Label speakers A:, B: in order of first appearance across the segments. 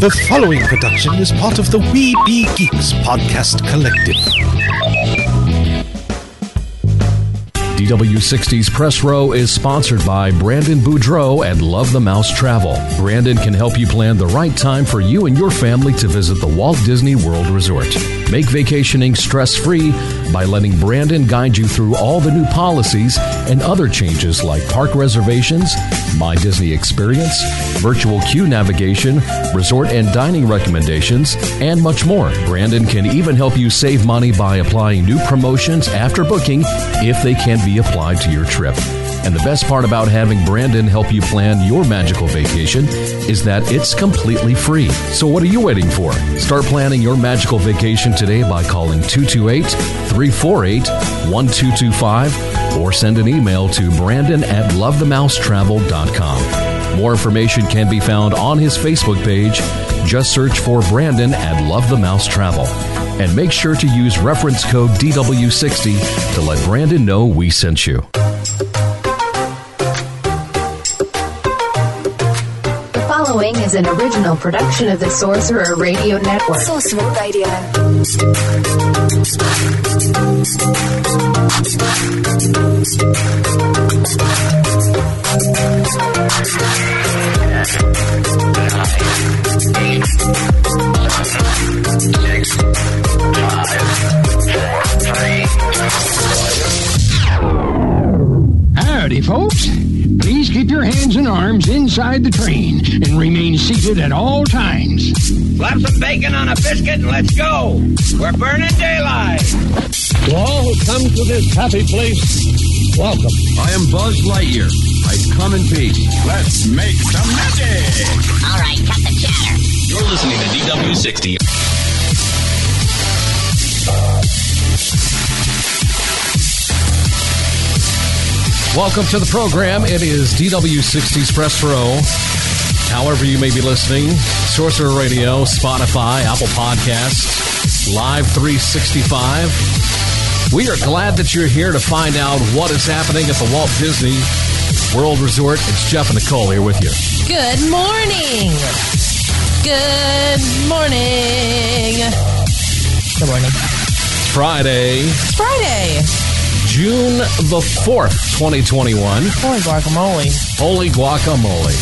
A: The following production is part of the We Be Geeks podcast collective.
B: DW60's Press Row is sponsored by Brandon Boudreau and Love the Mouse Travel. Brandon can help you plan the right time for you and your family to visit the Walt Disney World Resort. Make vacationing stress free by letting Brandon guide you through all the new policies and other changes like park reservations, My Disney Experience, virtual queue navigation, resort and dining recommendations, and much more. Brandon can even help you save money by applying new promotions after booking if they can be applied to your trip. And the best part about having Brandon help you plan your magical vacation is that it's completely free. So what are you waiting for? Start planning your magical vacation today by calling 228 348 1225 or send an email to Brandon at lovethemousetravel.com. More information can be found on his Facebook page. Just search for Brandon at Love the Mouse Travel. And make sure to use reference code DW60 to let Brandon know we sent you.
C: The following is an original production of the Sorcerer Radio Network.
D: Sorcerer Radio.
E: Howdy, folks. Please keep your hands and arms inside the train and remain seated at all times.
F: Slap some bacon on a biscuit and let's go. We're burning daylight.
E: To all who come to this happy place, welcome.
G: I am Buzz Lightyear. I come in peace. Let's make some magic.
H: All right, cut the chatter.
I: You're listening to DW60.
B: Welcome to the program. It is DW60's Press Row. However, you may be listening, Sorcerer Radio, Spotify, Apple Podcasts, Live 365. We are glad that you're here to find out what is happening at the Walt Disney World Resort. It's Jeff and Nicole here with you.
J: Good morning. Good morning. Good morning.
B: Friday,
J: It's Friday.
B: June the 4th, 2021.
J: Holy guacamole.
B: Holy guacamole.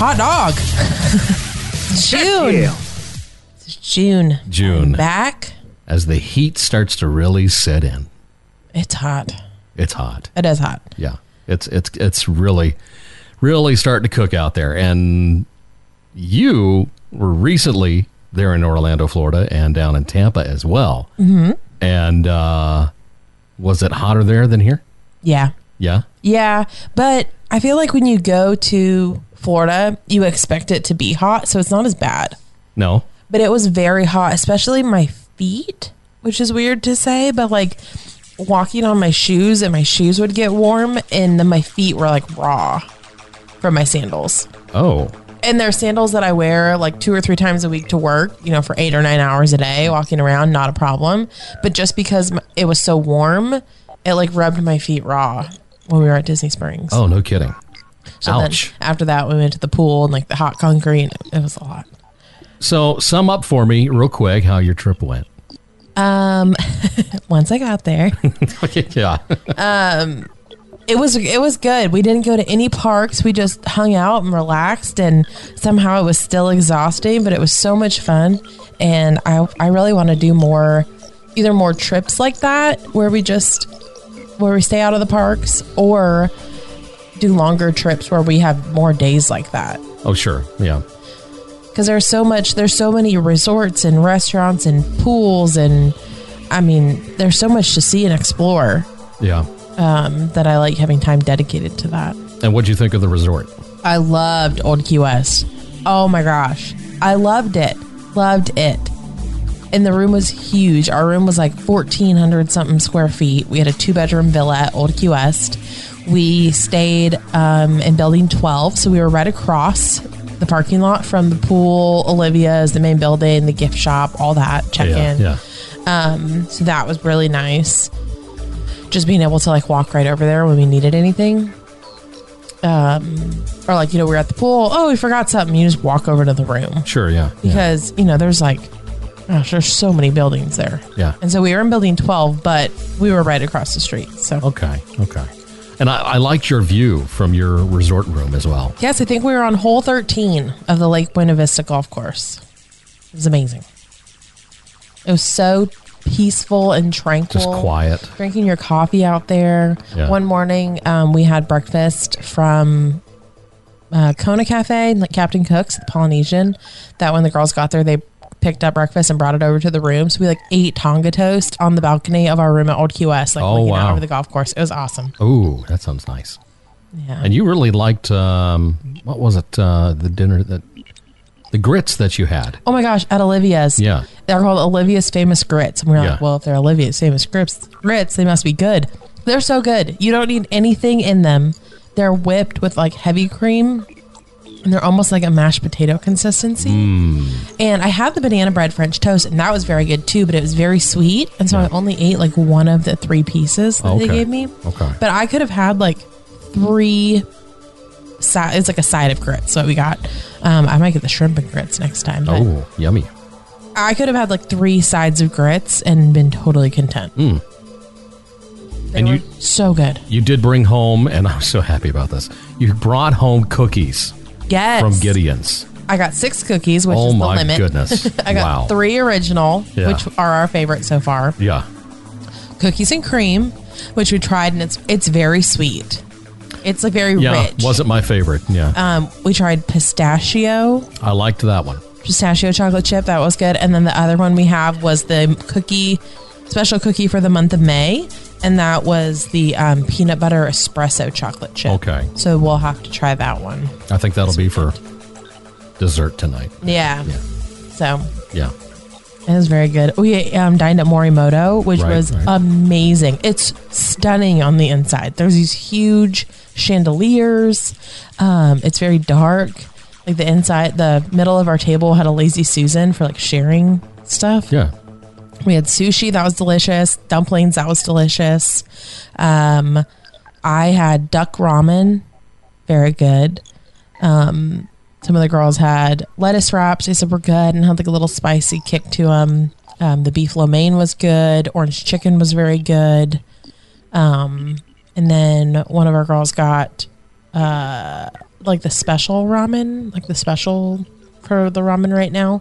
J: Hot dog. June. It's June.
B: June.
J: Back.
B: As the heat starts to really set in,
J: It's hot.
B: it's hot.
J: It is hot.
B: Yeah, it's it's it's really, really starting to cook out there. And you were recently there in Orlando, Florida, and down in Tampa as well. Mm-hmm. And uh, was it hotter there than here?
J: Yeah.
B: Yeah,
J: Yeah. But I feel like when you go to Florida, you expect it to be hot. So it's not as bad.
B: no,
J: but it was very hot, especially my feet, which is weird to say, but like walking on my shoes and my shoes would get warm and then my feet were like raw from my sandals.
B: oh,
J: And they're sandals that I wear like two or three times a week to work, you know, for eight or nine hours a day, walking around, not a problem. But just because m- it was so warm, it like rubbed my feet raw when we were at Disney Springs.
B: oh, no kidding.
J: So then
B: Ouch.
J: after that, we went to the pool and like the hot concrete, and it was a lot.
B: So sum up for me real quick how your trip went.
J: Once I got there,
B: yeah,
J: it was it was good. We didn't go to any parks. We just hung out and relaxed and somehow it was still exhausting, but it was so much fun and I I really want to do more either more trips like that where we just where we stay out of the parks or do longer trips where we have more days like that.
B: oh sure, yeah.
J: Cuz there's so much there's so many resorts and restaurants and pools and I mean, there's so much to see and explore
B: Yeah.
J: um, that I like having time dedicated to that.
B: And what'd you think of the resort?
J: I loved Old Key West. Oh my gosh. I loved it. Loved it. And the room was huge. Our room was like 1,400 something square feet. We had a two bedroom villa at Old Key West. We stayed um, in building 12. So we were right across the parking lot from the pool, Olivia's, the main building, the gift shop, all that. Check
B: Yeah,
J: in.
B: yeah.
J: Um, so that was really nice. Just being able to like walk right over there when we needed anything. Um, or like you know we're at the pool. Oh, we forgot something. You just walk over to the room
B: Sure, yeah. yeah.
J: because you know there's like, gosh, there's so many buildings there.
B: Yeah.
J: and so we were in building twelve, but we were right across the street. So
B: Okay, okay. And I, I liked your view from your resort room as well.
J: yes, I think we were on hole thirteen of the Lake Buena Vista golf course. It was amazing. It was so peaceful and tranquil.
B: Just quiet.
J: drinking your coffee out there.
B: Yeah.
J: One morning, um, we had breakfast from uh, Kona Cafe, like Captain Cook's, the Polynesian. That when the girls got there, they picked up breakfast and brought it over to the room. So we like ate Tonga toast on the balcony of our room at Old QS, like
B: Oh,
J: looking out
B: wow.
J: over the golf course. It was awesome.
B: Ooh, that sounds nice.
J: Yeah.
B: And you really liked um, what was it? Uh, the dinner that the grits that you had.
J: Oh my gosh, at Olivia's.
B: Yeah.
J: They're called Olivia's Famous Grits. And we are
B: Yeah.
J: like, well, if they're Olivia's Famous Grits, grits, they must be good. They're so good. You don't need anything in them. They're whipped with like heavy cream and they're almost like a mashed potato consistency.
B: Mm.
J: And I had the banana bread French toast and that was very good too, but it was very sweet. And so I only ate like one of the three pieces that
B: Okay.
J: they gave me.
B: Okay.
J: But I could have had like three. Side, it's like a side of grits. So we got. Um, I might get the shrimp and grits next time. but-
B: Oh, yummy.
J: I could have had like three sides of grits and been totally content.
B: Hmm. and you
J: So good.
B: you did bring home, and I'm so happy about this. You brought home cookies
J: Yes.
B: from Gideon's.
J: I got six cookies, which
B: Oh
J: is the
B: my
J: limit.
B: goodness.
J: I got
B: Wow.
J: three original,
B: Yeah.
J: which are our favorite so far.
B: Yeah.
J: Cookies and cream, which we tried and it's it's very sweet. It's like very
B: Yeah.
J: rich.
B: Wasn't my favorite. Yeah.
J: um we tried pistachio,
B: I liked that one.
J: pistachio chocolate chip, that was good. And then the other one we have was the cookie special cookie for the month of May. And that was the um, peanut butter espresso chocolate chip.
B: Okay.
J: So we'll have to try that one.
B: I think that'll be for dessert tonight.
J: Yeah.
B: Yeah.
J: So
B: Yeah.
J: it was very good. We um, dined at Morimoto, which
B: Right,
J: was
B: right.
J: amazing. It's stunning on the inside. There's these huge chandeliers. Um, it's very dark. Like the inside, the middle of our table had a lazy Susan for like sharing stuff.
B: Yeah.
J: We had sushi that was delicious, dumplings that was delicious. Um, I had duck ramen, very good. Um, some of the girls had lettuce wraps. They said were good and had like a little spicy kick to them. Um, the beef lo mein was good. Orange chicken was very good. Um, and then one of our girls got uh, like the special ramen, like the special for the ramen right now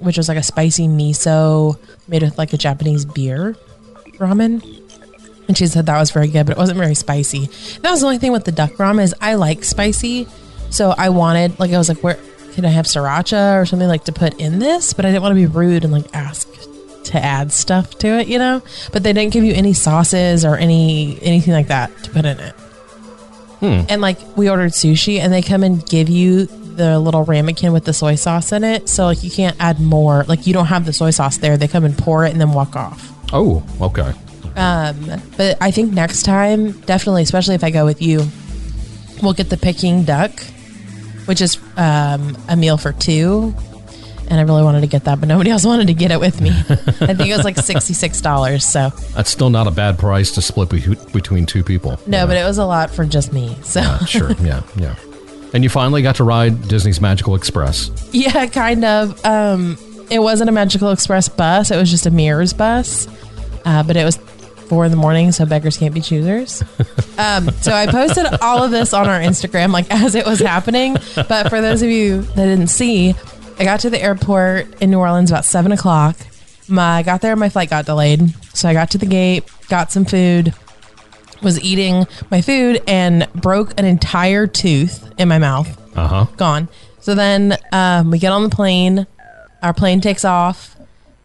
J: which was like a spicy miso made with like a Japanese beer ramen. And she said that was very good, but it wasn't very spicy. That was the only thing with the duck ramen is I like spicy, so I wanted like I was like, where can I have sriracha or something like to put in this? But I didn't want to be rude and like ask to add stuff to it, you know. But they didn't give you any sauces or any anything like that to put in it. And like we ordered sushi, and they come and give you the little ramekin with the soy sauce in it. So like you can't add more. Like you don't have the soy sauce there. They come and pour it and then walk off.
B: Oh, okay.
J: But I think next time, definitely, especially if I go with you, we'll get the picking duck, which is um, a meal for two. And I really wanted to get that, but nobody else wanted to get it with me. I think it was like sixty-six dollars. So
B: That's still not a bad price to split be- between two people.
J: no, but it was a lot for just me. So
B: sure. Yeah. Yeah. And you finally got to ride Disney's Magical Express.
J: Yeah, kind of. Um, it wasn't a Magical Express bus. It was just a Mirrors bus. Uh, but it was four in the morning, so beggars can't be choosers. Um, so I posted all of this on our Instagram, like as it was happening. But for those of you that didn't see, I got to the airport in New Orleans about seven o'clock. My I got there, my flight got delayed, so I got to the gate, got some food, was eating my food, and broke an entire tooth in my mouth
B: Uh huh.
J: gone. So then um, we get on the plane. Our plane takes off.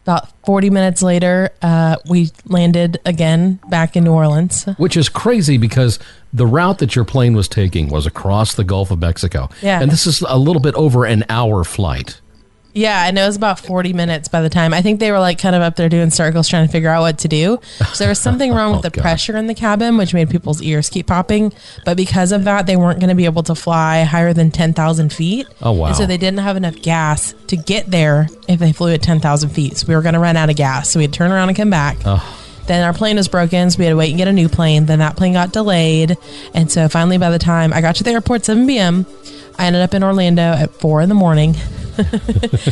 J: About 40 minutes later, uh, we landed again back in New Orleans.
B: Which is crazy because the route that your plane was taking was across the Gulf of Mexico.
J: Yeah.
B: And this is a little bit over an hour flight.
J: Yeah, and it was about 40 minutes by the time. I think they were like kind of up there doing circles trying to figure out what to do. So there was something wrong with the
B: God.
J: pressure in the cabin, which made people's ears keep popping. But because of that, they weren't going to be able to fly higher than 10,000 feet.
B: Oh, wow.
J: And so they didn't have enough gas to get there if they flew at 10,000 feet. So we were going to run out of gas. So we'd turn around and come back. Then our plane was broken, so we had to wait and get a new plane. Then that plane got delayed. And so finally, by the time I got to the airport, 7 p.m., I ended up in Orlando at 4 in the morning.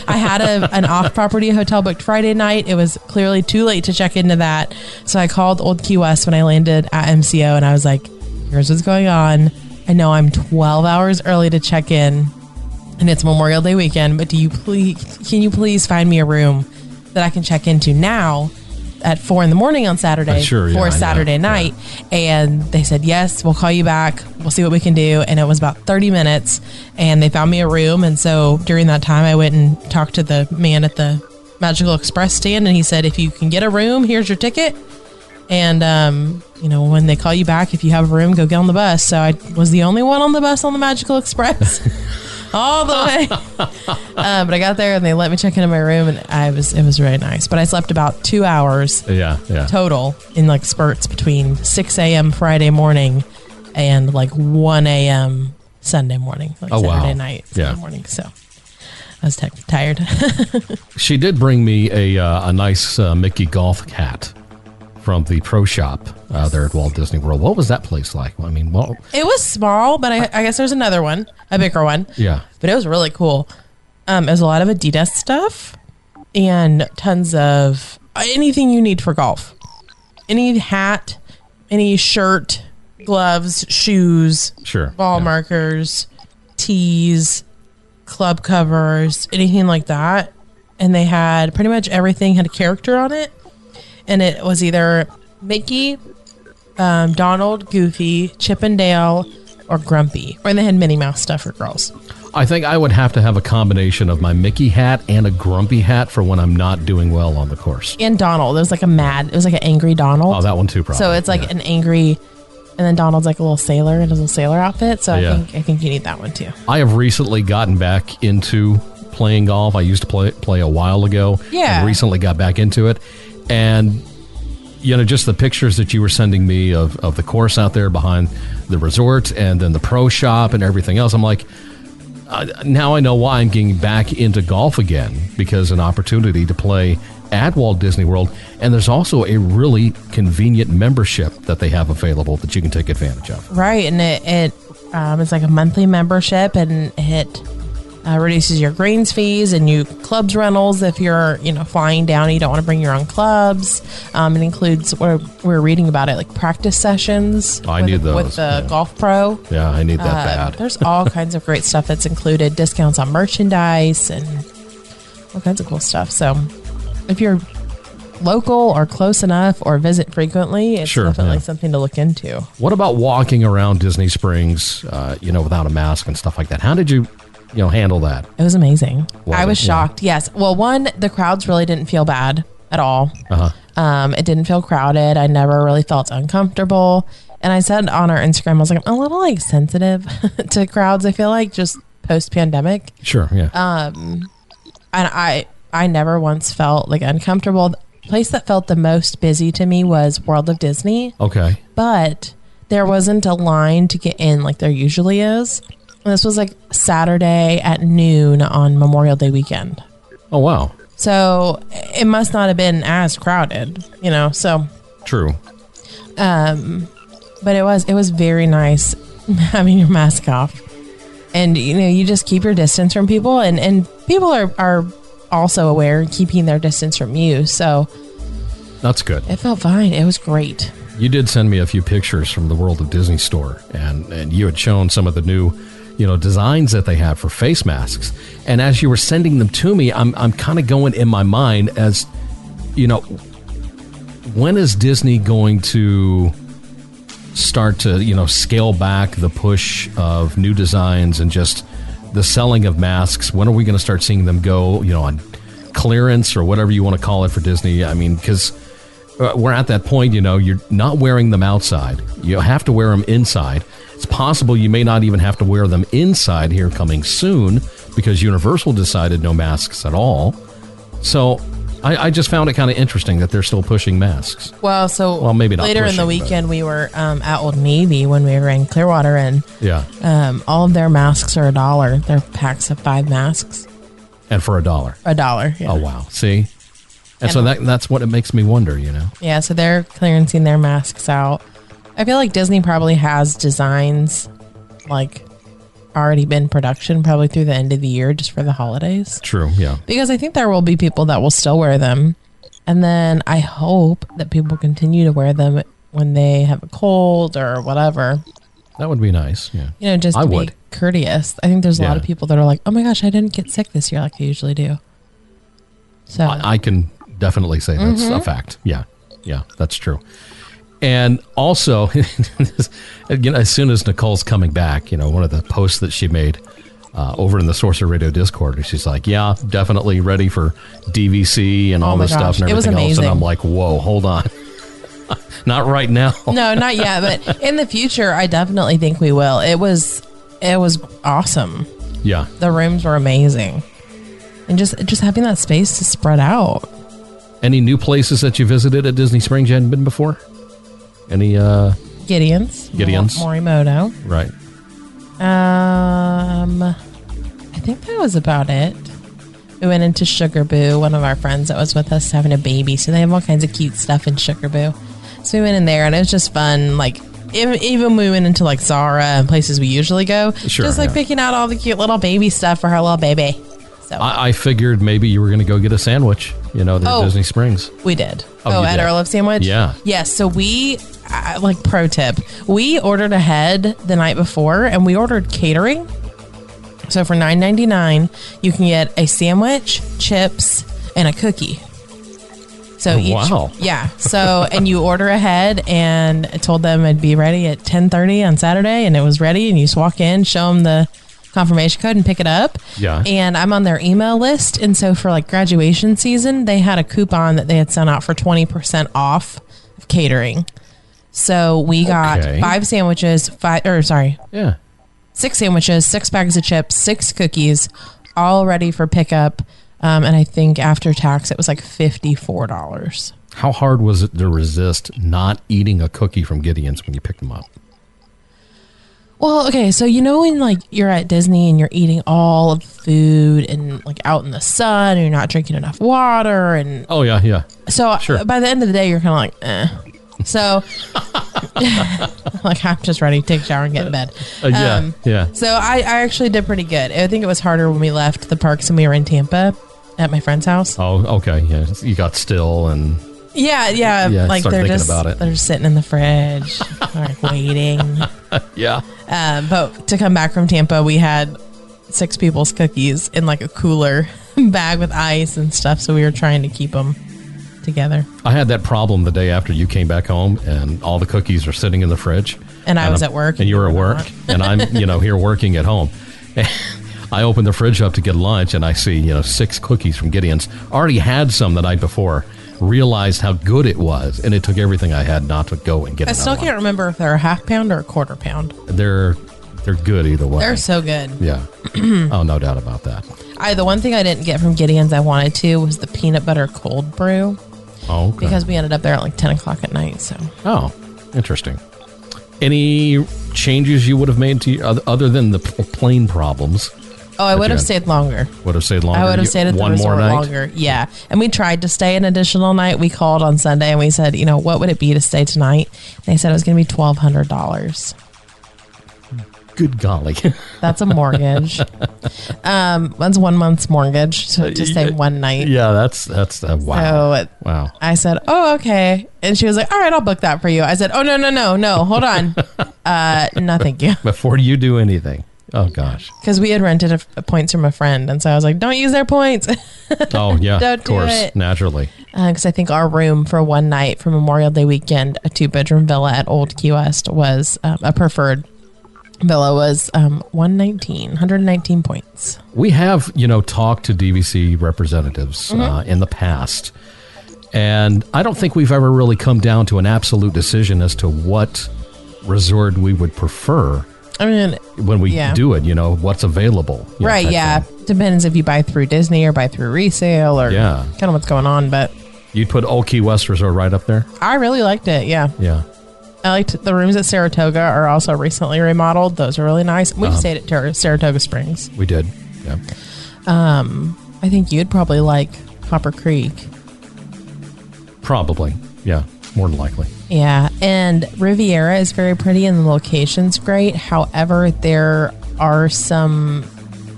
J: I had a, an off property hotel booked Friday night. It was clearly too late to check into that. So I called Old Key West when I landed at MCO and I was like, here's what's going on. I know I'm 12 hours early to check in and it's Memorial Day weekend, but do you please, can you please find me a room that I can check into now? At four in the morning on Saturday
B: Uh, sure, yeah,
J: for
B: I know.
J: Saturday night. And they said, Yes, we'll call you back. We'll see what we can do. And it was about 30 minutes. And they found me a room. And so during that time, I went and talked to the man at the Magical Express stand. And he said, If you can get a room, here's your ticket. And, um, you know, when they call you back, if you have a room, go get on the bus. So I was the only one on the bus on the Magical Express all the way. uh, but I got there and they let me check into my room, and I was it was really nice. But I slept about two hours
B: Yeah, yeah.
J: total in like spurts between 6 a.m. Friday morning and like 1 a.m. Sunday morning, like
B: Oh, wow.
J: Saturday night, Sunday
B: Yeah.
J: morning. So I was tech tired.
B: She did bring me a uh, a nice uh, Mickey golf hat from the pro shop uh, there at Walt Disney World. What was that place like? I mean, well,
J: it was small, but I, I guess there's another one, a bigger one.
B: yeah,
J: but it was really cool. Um, it was a lot of Adidas stuff and tons of uh, anything you need for golf. Any hat, any shirt, gloves, shoes,
B: sure.
J: ball
B: yeah.
J: markers, tees, club covers, anything like that. And they had pretty much everything had a character on it. And it was either Mickey, um, Donald, Goofy, Chip and Dale, or Grumpy. Or they had Minnie Mouse stuff for girls.
B: I think I would have to have a combination of my Mickey hat and a grumpy hat for when I'm not doing well on the course.
J: and Donald. It was like a mad. It was like an angry Donald.
B: Oh, that one too, probably.
J: so it's like
B: Yeah.
J: an angry, and then Donald's like a little sailor in his little sailor outfit. So
B: Yeah.
J: I think I think you need that one too.
B: I have recently gotten back into playing golf. I used to play play a while ago.
J: Yeah.
B: And recently got back into it, and you know, just the pictures that you were sending me of of the course out there behind the resort, and then the pro shop and everything else. I'm like. Uh, now I know why I'm getting back into golf again because an opportunity to play at Walt Disney World, and there's also a really convenient membership that they have available that you can take advantage of.
J: Right, and it it um, it's like a monthly membership, and it uh, reduces your greens fees and you clubs rentals if you're you know flying down and you don't want to bring your own clubs. Um, it includes what we're reading about it like practice sessions.
B: Oh, I
J: with,
B: need those,
J: with the
B: yeah.
J: golf pro.
B: Yeah, I need that
J: Um,
B: bad.
J: There's all kinds of great stuff that's included, discounts on merchandise and all kinds of cool stuff. So if you're local or close enough or visit frequently, it's
B: Sure,
J: definitely
B: yeah.
J: something to look into.
B: What about walking around Disney Springs, uh, you know, without a mask and stuff like that? How did you, you know, handle that?
J: It was amazing.
B: Was
J: I was
B: it? Yeah.
J: shocked. Yes. Well, one, the crowds really didn't feel bad at all.
B: Uh-huh.
J: Um, it didn't feel crowded. I never really felt uncomfortable. And I said on our Instagram, I was like, I'm a little like sensitive to crowds. I feel like just post pandemic.
B: Sure, yeah.
J: and I I never once felt like uncomfortable. The place that felt the most busy to me was World of Disney,
B: okay.
J: but there wasn't a line to get in like there usually is. And this was like Saturday at noon on Memorial Day weekend.
B: Oh wow.
J: So it must not have been as crowded, you know. So
B: True.
J: but it was it was very nice having your mask off and you know you just keep your distance from people and and people are are also aware and keeping their distance from you so
B: That's good.
J: it felt fine it was great
B: You did send me a few pictures from the World of Disney store, and and you had shown some of the new, you know, designs that they have for face masks. And as you were sending them to me, I'm I'm kind of going in my mind as, you know, when is Disney going to start to you know scale back the push of new designs and just the selling of masks? When are we going to start seeing them go? You know, on clearance or whatever you want to call it for Disney. I mean, because uh, we're at that point, you know, you're not wearing them outside. You have to wear them inside. It's possible you may not even have to wear them inside here coming soon because Universal decided no masks at all. So I, I just found it kind of interesting that they're still pushing masks.
J: well so
B: Well, maybe not
J: later in the
B: pushing, but-
J: weekend we were um, at old navy when we were in clearwater and
B: Yeah.
J: um, all of their masks are a dollar their packs of five masks
B: And for a dollar.
J: a dollar yeah.
B: Oh, wow. See? And so that that's what it makes me wonder, you know.
J: Yeah, so they're clearancing their masks out. I feel like Disney probably has designs like already been production probably through the end of the year just for the holidays.
B: True, yeah.
J: Because I think there will be people that will still wear them. And then I hope that people continue to wear them when they have a cold or whatever.
B: That would be nice. Yeah.
J: You know, just
B: I
J: to
B: would.
J: be courteous. I think there's a lot
B: Yeah.
J: of people that are like, Oh my gosh, I didn't get sick this year like I usually do. So
B: I, I can definitely say that's
J: Mm-hmm.
B: a fact. Yeah, yeah, that's true. And also, again, as soon as Nicole's coming back, you know, one of the posts that she made uh, over in the Sorcerer Radio Discord, she's like, "Yeah, definitely ready for DVC and all
J: Oh my
B: this stuff
J: gosh,
B: and
J: it was
B: everything else." And
J: amazing.
B: I'm like, "Whoa, hold on, not right now."
J: no, not yet, but in the future, I definitely think we will. It was, it was awesome.
B: Yeah,
J: The rooms were amazing, and just just having that space to spread out.
B: any new places that you visited at Disney Springs you hadn't been before? Any uh,
J: Gideon's,
B: Gideon's.
J: Mor- Morimoto.
B: right?
J: Um, I think that was about it. We went into Sugar Boo. One of our friends that was with us having a baby, so they have all kinds of cute stuff in Sugar Boo. So we went in there, and it was just fun. Like ev- even we went into like Zara and places we usually go,
B: Sure,
J: just like
B: yeah.
J: picking out all the cute little baby stuff for her little baby. So
B: I, I figured maybe you were going to go get a sandwich, you know, at
J: Oh.
B: Disney Springs.
J: we did.
B: Oh,
J: Oh,
B: you
J: at
B: did.
J: Earl of Sandwich.
B: Yeah.
J: Yes. So we uh, like pro tip. We ordered ahead the night before, and we ordered catering. So for nine ninety nine, you can get a sandwich, chips, and a cookie. So each,
B: Oh, wow.
J: yeah. So and you order ahead, and I told them it'd be ready at ten thirty on Saturday, and it was ready. And you just walk in, show them the confirmation code, and pick it up.
B: Yeah.
J: And I'm on their email list, and so for like graduation season, they had a coupon that they had sent out for twenty percent off of catering. So we got
B: Okay.
J: five sandwiches, five or sorry,
B: Yeah.
J: six sandwiches, six bags of chips, six cookies, all ready for pickup. Um, and I think after tax, it was like fifty-four dollars.
B: How hard was it to resist not eating a cookie from Gideon's when you picked them up?
J: Well, okay, so you know when like you're at Disney and you're eating all of the food and like out in the sun, and you're not drinking enough water, and
B: Oh yeah, yeah.
J: so
B: Sure.
J: by the end of the day, you're kind of like, eh. So, like I'm just ready to take a shower and get in bed.
B: Uh, yeah,
J: Um,
B: yeah.
J: So I, I actually did pretty good. I think it was harder when we left the parks and we were in Tampa at my friend's house.
B: Oh, okay. Yeah, you got still and
J: Yeah, yeah.
B: Yeah,
J: like
B: start
J: they're
B: thinking
J: just
B: about it.
J: they're just sitting in the fridge, like waiting.
B: yeah.
J: Um, but to come back from Tampa, we had six people's cookies in like a cooler bag with ice and stuff. So we were trying to keep them together.
B: I had that problem the day after you came back home, and all the cookies are sitting in the fridge.
J: And I was
B: I'm-
J: at work
B: and you were at work,
J: not.
B: and I'm you know here working at home. And I open the fridge up to get lunch, and I see you know six cookies from Gideon's. Already had some the night before. Realized how good it was, and it took everything I had not to go and get.
J: I still can't remember if they're a half pound or a quarter pound.
B: They're they're good either way.
J: They're so good.
B: Yeah. oh, no doubt about that.
J: I the one thing I didn't get from Gideon's I wanted to was the peanut butter cold brew
B: Oh, okay.
J: because we ended up there at like ten o'clock at night. So
B: oh, interesting. Any changes you would have made to oth- other than the p- plane problems?
J: oh, I
B: But
J: would
B: you
J: have
B: had-
J: stayed longer.
B: Would have stayed longer.
J: I would have
B: You-
J: stayed at the
B: one
J: resort
B: more night.
J: longer. Yeah. And we tried to stay an additional night. We called on Sunday and we said, you know, what would it be to stay tonight? And they said it was going to be $1,200.
B: Good golly.
J: That's a mortgage. um, that's one month's mortgage to, to stay one night.
B: yeah, that's that's uh, wow.
J: So it-
B: wow.
J: I said, oh, okay. And she was like, all right, I'll book that for you. I said, oh, no, no, no, no. Hold on. uh, no, thank you.
B: Before you do anything. Oh gosh.
J: Because we had rented a, a points from a friend. And so I was like, don't use their points.
B: Oh yeah.
J: Don't
B: of
J: do
B: course.
J: it.
B: Naturally.
J: because I think our room for one night for Memorial Day weekend, a two bedroom villa at Old Key West was um, a preferred villa was um, 119, 119 points.
B: we have you know talked to DVC representatives
J: Mm-hmm.
B: uh, in the past, and I don't think we've ever really come down to an absolute decision as to what resort we would prefer
J: I mean,
B: when we
J: Yeah.
B: do it. You know what's available, you know,
J: right,
B: type
J: yeah,
B: thing.
J: depends if you buy through Disney or buy through resale or
B: Yeah.
J: kind of what's going on. But
B: You'd put Old Key West Resort right up there.
J: I really liked it. Yeah,
B: Yeah.
J: I liked the rooms at Saratoga are also recently remodeled. Those are really nice. We stayed at Tar- Saratoga Springs.
B: We did. Yeah.
J: I think you'd probably like Copper Creek.
B: Probably. Yeah, more than likely.
J: Yeah, and Riviera is very pretty and the location's great. However, there are some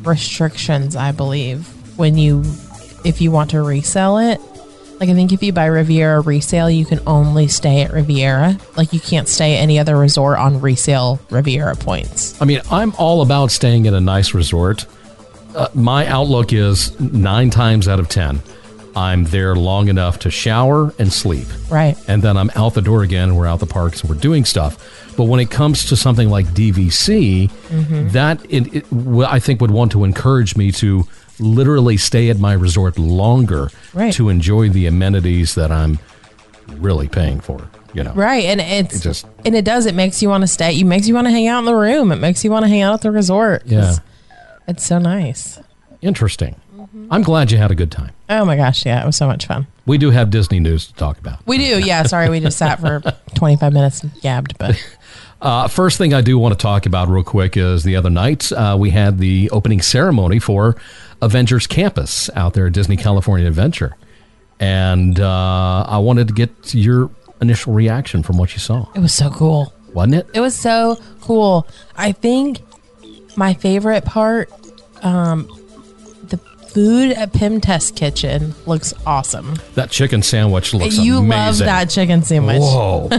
J: restrictions, I believe, when you if you want to resell it. Like I think if you buy Riviera resale, you can only stay at Riviera. Like you can't stay at any other resort on resale Riviera points.
B: I mean, I'm all about staying at a nice resort. Uh, my outlook is nine times out of 10, I'm there long enough to shower and sleep.
J: Right.
B: And then I'm out the door again, and we're out the parks, and we're doing stuff. But when it comes to something like DVC,
J: Mm-hmm.
B: that it, it, wh- I think would want to encourage me to literally stay at my resort longer
J: Right.
B: to enjoy the amenities that I'm really paying for. You know,
J: Right, and it's
B: It just-
J: and it does. It makes you want to stay. It makes you want to hang out in the room. It makes you want to hang out at the resort.
B: Yeah.
J: It's, it's so nice.
B: Interesting.
J: Mm-hmm.
B: I'm glad you had a good time.
J: Oh my gosh, yeah, it was so much fun.
B: We do have Disney news to talk about.
J: We do, yeah. Sorry, we just sat for 25 minutes and gabbed, but
B: Uh, first thing I do want to talk about real quick is the other night uh, we had the opening ceremony for Avengers Campus out there at Disney California Adventure, and uh, I wanted to get your initial reaction from what you saw,
J: it was so cool.
B: wasn't it?
J: It was so cool. I think my favorite part, um, the food at Pim Test Kitchen looks awesome.
B: That chicken sandwich looks
J: you
B: amazing.
J: love that chicken sandwich.
B: Whoa!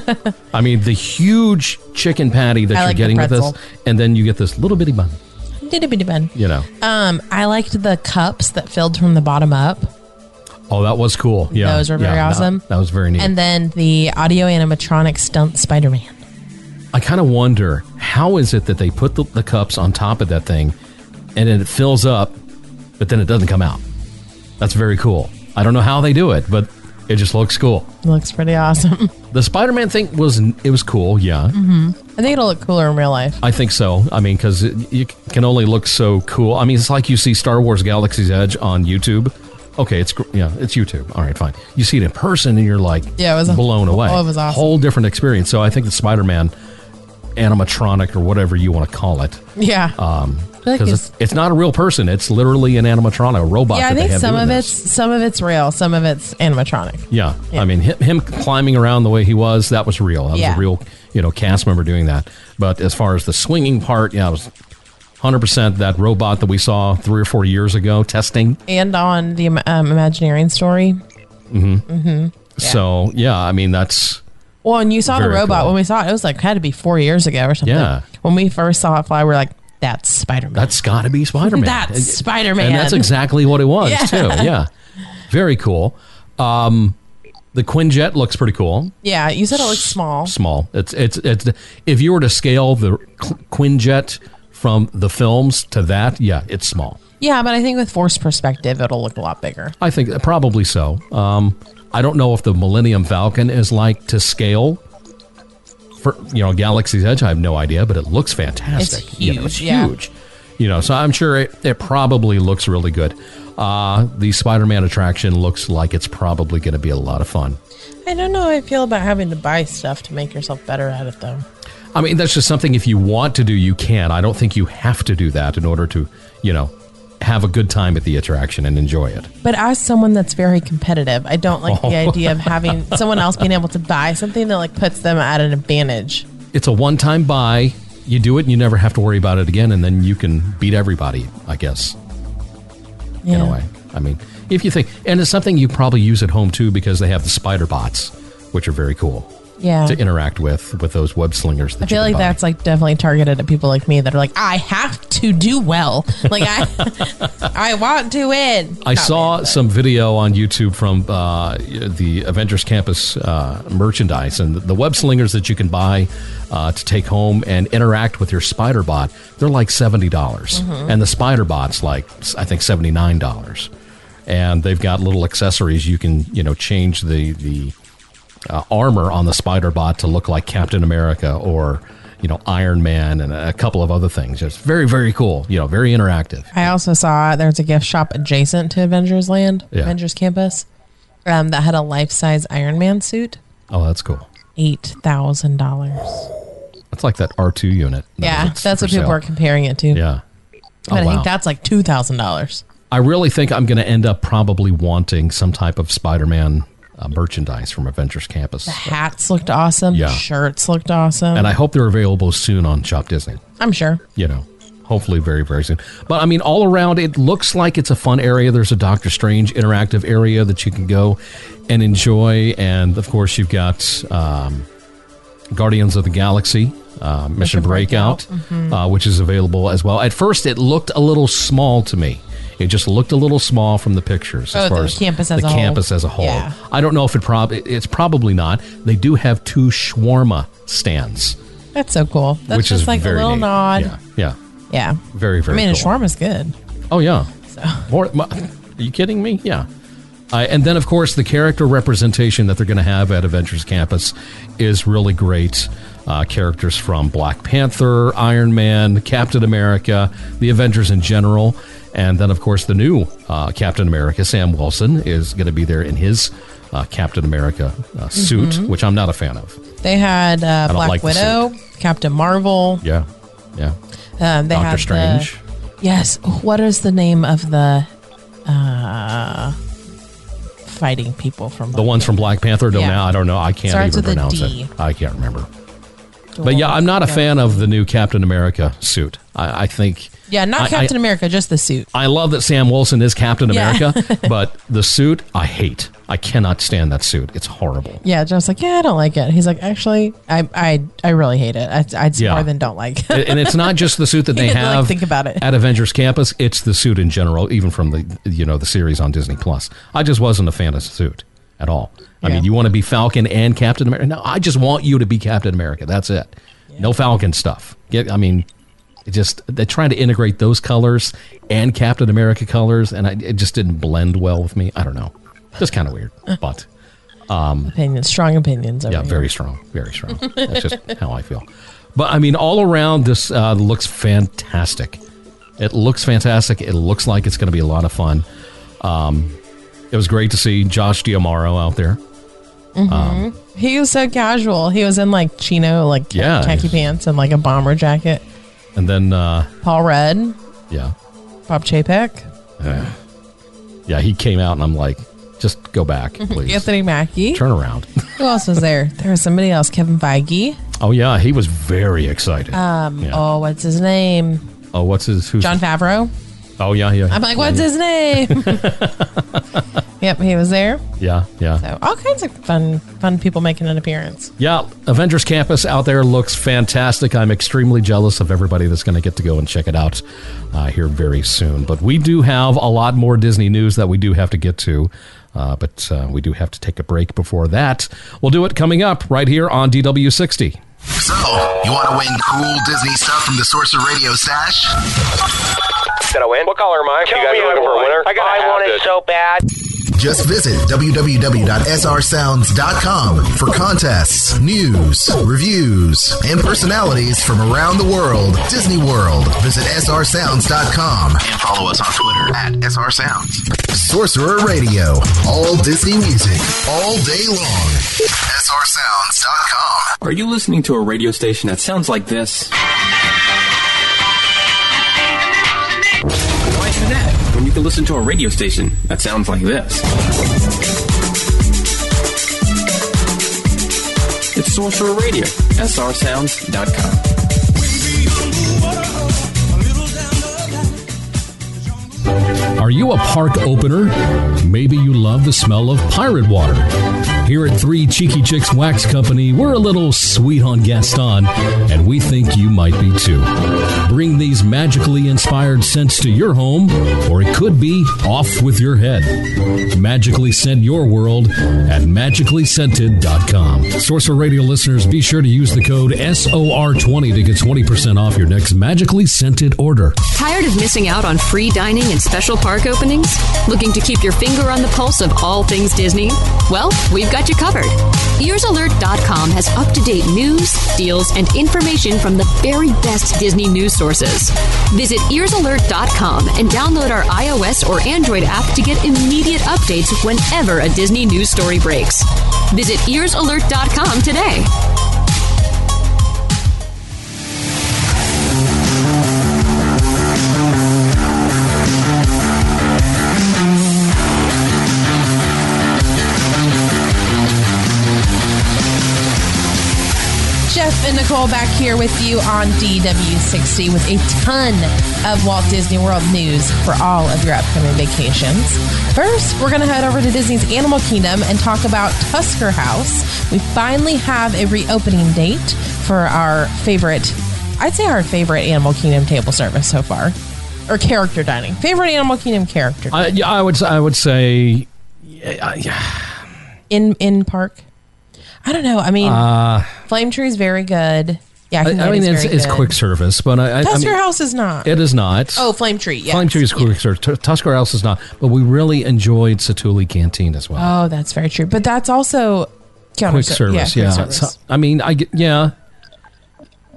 B: I mean, the huge chicken patty that
J: I
B: you're
J: like the
B: getting with this,
J: pretzel.
B: and then you get this little bitty bun.
J: Did a bit of bun.
B: You know,
J: Um, I liked the cups that filled from the bottom up,
B: oh, that was cool. Yeah,
J: Those were very
B: yeah, that-
J: awesome.
B: That, was very neat.
J: and then the audio animatronic stunt Spider Man.
B: I kind of wonder how is it that they put the, the cups on top of that thing and it fills up, but then it doesn't come out. That's very cool. I don't know how they do it, but it just looks cool.
J: Looks pretty awesome.
B: The Spider-Man thing was it was cool, yeah.
J: Mm-hmm. I think it'll look cooler in real life.
B: I think so. I mean, because you can only look so cool. I mean, it's like you see Star Wars: Galaxy's Edge on YouTube. Okay, it's gr- yeah, it's YouTube. All right, fine. You see it in person, and you're like,
J: Yeah, it was a-
B: blown away.
J: oh, it was awesome.
B: Whole different experience. So I think the Spider-Man animatronic or whatever you want to call it
J: Yeah.
B: because Um, it's, it's not a real person. It's literally an animatronic, a robot.
J: yeah, I
B: that they
J: think
B: have
J: some
B: doing
J: of it's
B: this.
J: some of it's real, some of it's animatronic.
B: Yeah. I mean, him, him climbing around the way he was, that was real. That was
J: Yeah.
B: a real, you know, cast member doing that. But as far as the swinging part, yeah, it was 100% that robot that we saw three or four years ago testing.
J: And on the um, Imagineering story.
B: So, yeah, I mean, that's,
J: Well, and you saw
B: Very
J: the robot
B: cool.
J: when we saw it. It was like had to be four years ago or something.
B: Yeah.
J: When we first saw it fly, we are like, "That's Spider Man."
B: that's got to be Spider Man.
J: That's Spider-Man.
B: And that's exactly what it was,
J: Yeah.
B: too. Yeah. Very cool. Um, the Quinjet looks pretty cool.
J: Yeah, you said it looks small.
B: small. It's it's it's if you were to scale the qu- Quinjet from the films to that, yeah, it's small.
J: Yeah, but I think with forced perspective, it'll look a lot bigger.
B: I think that probably so. Um, I don't know if the Millennium Falcon is like to scale. For you know, Galaxy's Edge, I have no idea, but it looks fantastic.
J: It's
B: You know, it's
J: huge, yeah.
B: huge. You know, so I'm sure it, it probably looks really good. Uh, the Spider-Man attraction looks like it's probably going to be a lot of fun.
J: I don't know how I feel about having to buy stuff to make yourself better at it, though.
B: I mean, that's just something if you want to do, you can. I don't think you have to do that in order to, you know, have a good time at the attraction and enjoy it.
J: But as someone that's very competitive, I don't like
B: Oh.
J: the idea of having someone else being able to buy something that like puts them at an advantage.
B: It's a one time buy. You do it and you never have to worry about it again. And then you can beat everybody, I guess,
J: Yeah.
B: in a way. I mean, if you think, and it's something you probably use at home too because they have the spider bots, which are very cool
J: Yeah.
B: to interact with, with those web slingers that
J: I feel
B: you
J: like
B: can buy.
J: that's like definitely targeted at people like me that are like, I have to do well. Like I, I want to win.
B: I
J: Not
B: saw
J: win, but-
B: some video on YouTube from uh, the Avengers Campus uh, merchandise and the web slingers that you can buy uh, to take home and interact with your spider bot. They're like seventy dollars,
J: Mm-hmm.
B: and the spider bot's like I think seventy nine dollars. And they've got little accessories you can you know change the the uh, armor on the spider bot to look like Captain America or you know Iron Man and a couple of other things. It's very very cool. You know, very interactive.
J: I also saw there's a gift shop adjacent to Avengers Land,
B: Yeah.
J: Avengers Campus, um, that had a life size Iron Man suit.
B: Oh, that's cool.
J: Eight thousand dollars.
B: That's like that R2 unit. No,
J: Yeah,
B: it's
J: that's
B: for
J: what people
B: sale.
J: are comparing it to.
B: Yeah. Oh,
J: But I
B: wow.
J: think that's like two thousand dollars.
B: I really think I'm going to end up probably wanting some type of Spider Man uh, merchandise from Adventures Campus.
J: Hats looked awesome.
B: Yeah.
J: Shirts looked awesome.
B: And I hope they're available soon on Shop Disney.
J: I'm sure.
B: you know, hopefully very, very soon. But I mean, all around, it looks like it's a fun area. There's a Doctor Strange interactive area that you can go and enjoy. And of course, you've got um, Guardians of the Galaxy. Uh, Mission Breakout, uh,
J: mm-hmm.
B: which is available as well. At first, it looked a little small to me. It just looked a little small from the pictures
J: Oh,
B: as far
J: the
B: as
J: campus as
B: the
J: a whole.
B: campus as a whole.
J: Yeah.
B: I don't know if it prob it- it's probably not. They do have two shawarma stands,
J: That's so cool. That's
B: which
J: just
B: is
J: like
B: very
J: a little
B: neat.
J: nod.
B: Yeah,
J: Yeah.
B: yeah, very very.
J: I mean,
B: cool.
J: a shawarma's good.
B: Oh yeah. More, my, are you kidding me? Yeah. I and then of course the character representation that they're going to have at Adventures Campus is really great. Uh, characters from Black Panther, Iron Man, Captain America, the Avengers in general, and then of course the new uh, Captain America, Sam Wilson, is going to be there in his uh, Captain America
J: Mm-hmm.
B: uh, suit, which I'm not a fan of.
J: They had uh,
B: don't
J: Black
B: like the
J: Widow, Captain Marvel.
B: Yeah, yeah.
J: Um, they had
B: Doctor
J: the-
B: Strange.
J: yes. What is the name of the uh, fighting people from
B: The ones from Black Panther don't
J: Yeah.
B: know. I don't know. I can't
J: Starts
B: even
J: with a
B: pronounce
J: D.
B: it. I can't remember. But yeah, I'm not a fan of the new Captain America suit. I, I think.
J: Yeah, not
B: I- I-
J: Captain America, just the suit.
B: I love that Sam Wilson is Captain
J: Yeah.
B: America, but the suit I hate. I cannot stand that suit. It's horrible.
J: Yeah, John's like, yeah, I don't like it. He's like, actually, I, I, I really hate it. I, I'd
B: Yeah.
J: more than don't like.
B: And and it's not just the suit that
J: He
B: they
J: didn't, like,
B: have
J: think about it.
B: at Avengers Campus. It's the suit in general, even from the you know the series on Disney Plus. I just wasn't a fan of the suit at all. I
J: Yeah.
B: mean, you want to be Falcon and Captain America? No, I just want you to be Captain America. That's it. No Falcon stuff. Get, I mean, it just they're trying to integrate those colors and Captain America colors, and I, it just didn't blend well with me. I don't know. Just kind of weird, but.
J: opinions, strong opinions. Over
B: Yeah,
J: here.
B: very strong, very strong. That's just how I feel. But I mean, all around, this uh, looks fantastic. It looks fantastic. It looks like it's going to be a lot of fun. Um, it was great to see Josh Diamaro out there.
J: He was so casual. He was in like chino, like ca-
B: Yeah.
J: khaki pants, and like a bomber jacket.
B: And then, uh,
J: Paul Rudd,
B: yeah,
J: Bob Chapek,
B: yeah, he came out, and I'm like, just go back, please.
J: Anthony Mackie.
B: Turn around.
J: Who else was there? There was somebody else. Kevin Feige.
B: oh yeah, he was very excited. Um,
J: Oh, what's his name?
B: oh, what's his? Who's
J: John Favreau.
B: Oh yeah, yeah.
J: I'm like, what's his name? yep, he was there.
B: Yeah, yeah.
J: So all kinds of fun, fun people making an appearance.
B: Yeah, Avengers Campus out there looks fantastic. I'm extremely jealous of everybody that's going to get to go and check it out uh, here very soon. But we do have a lot more Disney news that we do have to get to. Uh, but uh, we do have to take a break before that. We'll do it coming up right here on DW60.
D: So, you want to win cool Disney stuff from the Sorcerer Radio stash?
H: Did I win? What color am I? you guys are looking for a winner? I, gotta
F: want
H: have
F: it
H: this.
F: so bad.
D: Just visit www.srsounds.com for contests, news, reviews, and personalities from around the world. Disney World. Visit srsounds.com and follow us on Twitter at srsounds. Sorcerer Radio. All Disney music all day long. srsounds.com.
H: Are you listening to a radio station that sounds like this? Why is that? When you can listen to a radio station that sounds like this. It's Sorcerer Radio, srsounds.com.
B: Are you a park opener? Maybe you love the smell of pirate water. Here at Three Cheeky Chicks Wax Company, we're a little sweet on Gaston, and we think you might be too. Bring these magically inspired scents to your home, or it could be off with your head. Magically scent your world at magicallyscented.com. Sorcerer Radio listeners, be sure to use the code SOR20 to get 20% off your next magically scented order.
K: Tired of missing out on free dining and special park openings? Looking to keep your finger on the pulse of all things Disney? Well, we've got you covered. EarsAlert.com has up to date news, deals, and information from the very best Disney news sources. Visit EarsAlert.com and download our iOS or Android app to get immediate updates whenever a Disney news story breaks. Visit EarsAlert.com today.
J: and Nicole back here with you on DW60 with a ton of Walt Disney World news for all of your upcoming vacations. First, we're going to head over to Disney's Animal Kingdom and talk about Tusker House. We finally have a reopening date for our favorite, I'd say our favorite Animal Kingdom table service so far, or character dining. Favorite Animal Kingdom character.
B: I, yeah, I would. s- I would say.
J: in in park. I don't know. I mean,
B: Uh,
J: Flame Tree is very good. Yeah,
B: I, I
J: Canadi's
B: mean, it's,
J: very
B: it's
J: good.
B: quick service, but I, I, I
J: Tusker
B: mean,
J: House is not.
B: it is not.
J: oh, Flame Tree. Yes.
B: Flying Tree is quick service. Tu- Tusker House is not. But we really enjoyed Satuli Canteen as well.
J: Oh, that's very true. But that's also counter
B: quick service. Yeah.
J: quick service.
B: So- I mean, I get, yeah.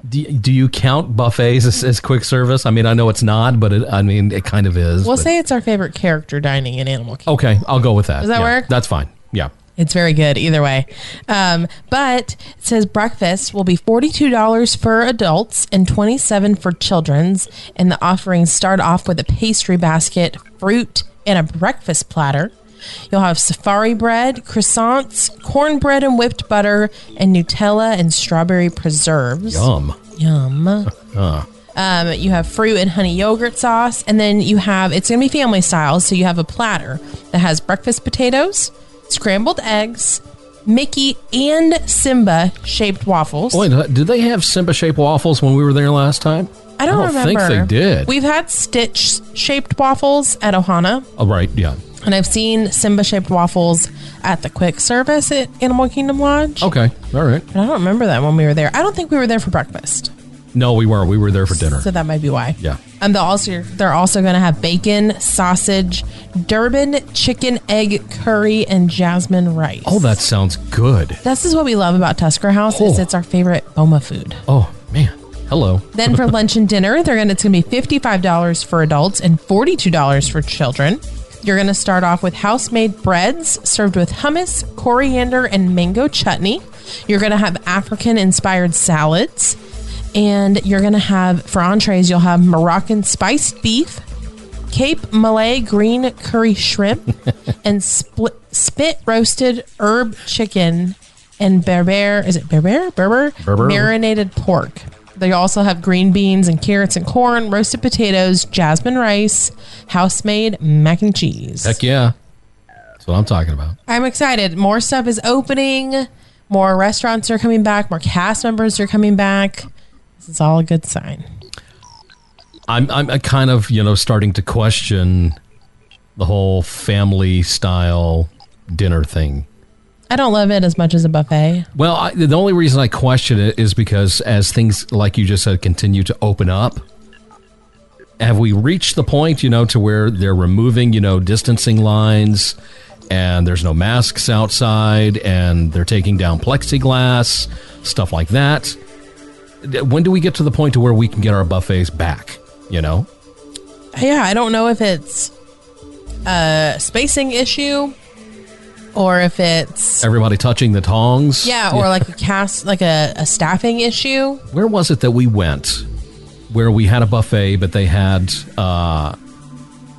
B: Do, do you count buffets as, as quick service? I mean, I know it's not, but it, I mean, it kind of is.
J: we'll
B: but-
J: say it's our favorite character dining in Animal Kingdom.
B: okay, I'll go with that.
J: Does that
B: Yeah,
J: work?
B: That's fine. Yeah.
J: It's very good either way. Um, but it says breakfast will be $42 for adults and 27 for children's. And the offerings start off with a pastry basket, fruit, and a breakfast platter. You'll have safari bread, croissants, cornbread and whipped butter, and Nutella and strawberry preserves.
B: Yum.
J: Yum.
B: Uh,
J: Um, you have fruit and honey yogurt sauce, and then you have it's gonna be family style. So you have a platter that has breakfast potatoes, scrambled eggs, Mickey and Simba shaped waffles.
B: wait, did they have Simba shaped waffles when we were there last time?
J: I don't,
B: think they
J: remember.
B: did.
J: We've had Stitch shaped waffles at Ohana,
B: oh, right. Yeah.
J: and I've seen Simba shaped waffles at the quick service at Animal Kingdom Lodge.
B: Okay. All right.
J: But I don't remember that when we were there. I don't think we were there for breakfast,
B: No, we weren't. We were there for dinner.
J: so that might be why.
B: Yeah.
J: And they're also they're also going to have bacon, sausage, Durban chicken egg curry, and jasmine rice.
B: Oh, that sounds good.
J: This is what we love about Tusker House is
B: Oh.
J: it's our favorite Boma food.
B: Oh, man. Hello.
J: Then for lunch and dinner, they're going to it's going to be fifty five dollars for adults and forty two dollars for children. You're going to start off with house made breads served with hummus, coriander, and mango chutney. You're going to have African inspired salads, and you're going to have for entrees you'll have Moroccan spiced beef, Cape Malay green curry shrimp, and split, spit roasted herb chicken and berber. Is it berber? Berber?
B: Berber.
J: Marinated pork. They also have green beans and carrots and corn, roasted potatoes, jasmine rice, house made mac and cheese.
B: Heck yeah. That's what I'm talking about.
J: I'm excited. More stuff is opening. More restaurants are coming back. More cast members are coming back. This is all a good sign.
B: I'm I'm uh, kind of you know starting to question the whole family style dinner thing.
J: I don't love it as much as a buffet.
B: Well, I, the only reason I question it is because as things like you just said continue to open up, have we reached the point you know to where they're removing you know distancing lines and there's no masks outside and they're taking down plexiglass stuff like that. D- When do we get to the point to where we can get our buffets back? You know.
J: yeah, I don't know if it's a spacing issue or if it's
B: everybody touching the tongs.
J: yeah, or like a cast like a, a staffing issue.
B: where was it that we went where we had a buffet, but they had uh,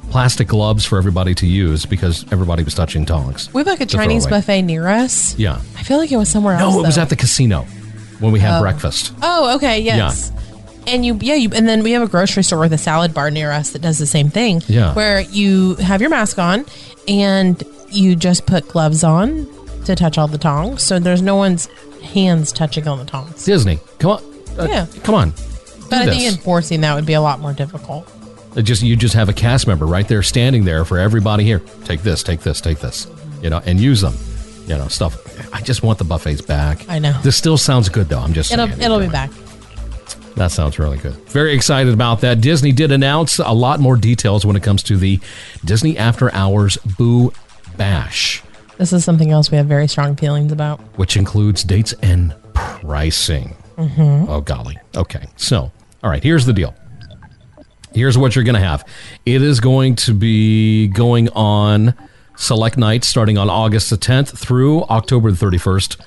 B: plastic gloves for everybody to use because everybody was touching tongs.
J: We have like a
B: It's a
J: Chinese
B: throwaway.
J: buffet near us.
B: Yeah.
J: I feel like it was somewhere else.
B: No, it was
J: though.
B: at the casino when we had
J: Oh.
B: breakfast.
J: Oh, okay, yes. And you, yeah, you, and then we have a grocery store with a salad bar near us that does the same thing.
B: Yeah.
J: where you have your mask on and you just put gloves on to touch all the tongs, so there's no one's hands touching on the tongs.
B: Disney, come on, uh,
J: Yeah.
B: come on.
J: But I
B: do
J: think
B: this.
J: enforcing that would be a lot more difficult.
B: It just you just have a cast member right there standing there for everybody here. Take this, take this, take this, you know, and use them, you know, stuff. I just want the buffets back.
J: I know.
B: This still sounds good though. I'm just
J: It'll
B: saying.
J: it'll be back.
B: That sounds really good. Very excited about that. Disney did announce a lot more details when it comes to the Disney After Hours Boo Bash,
J: This is something else we have very strong feelings about.
B: which includes dates and pricing. Oh, golly. Okay. So, all right, here's the deal. Here's what you're going to have it is going to be going on select nights starting on August the 10th through October the 31st.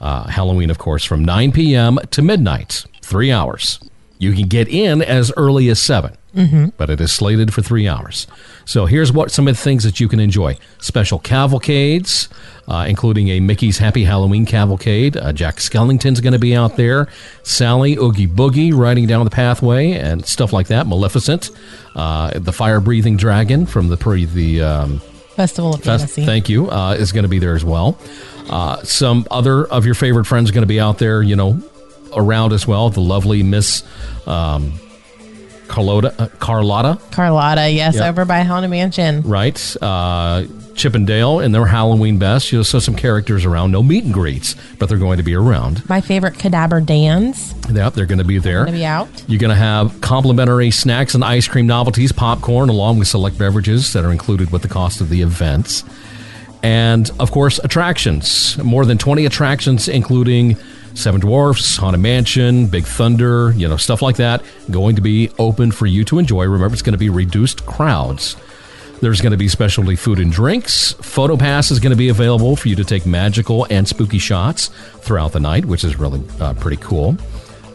B: Uh, Halloween, of course, from 9 p.m. to midnight, three hours. You can get in as early as 7,
J: Mhm.
B: but it is slated for three hours. So here's what some of the things that you can enjoy special cavalcades, uh, including a Mickey's Happy Halloween cavalcade. Uh, Jack Skellington's going to be out there, Sally Oogie Boogie riding down the pathway, and stuff like that. Maleficent, uh, the fire breathing dragon from the, pre- the um,
J: Festival of
B: Fest-
J: Fantasy.
B: thank you. Uh, is going to be there as well. Uh, some other of your favorite friends going to be out there, you know, around as well. The lovely Miss um, Carlota, uh, Carlotta,
J: Carlotta, yes,
B: Yep.
J: over by Haunted Mansion.
B: right? Uh, Chip and Dale in their Halloween best. You know, so some characters around. No meet and greets, but they're going to be around.
J: My favorite cadaver dance.
B: Yep, they're going to be there.
J: Gonna be out.
B: You're going to have complimentary snacks and ice cream novelties, popcorn, along with select beverages that are included with the cost of the events. And of course, attractions. More than 20 attractions, including Seven Dwarfs, Haunted Mansion, Big Thunder, you know, stuff like that, going to be open for you to enjoy. Remember, it's going to be reduced crowds. There's going to be specialty food and drinks. Photo Pass is going to be available for you to take magical and spooky shots throughout the night, which is really uh, pretty cool.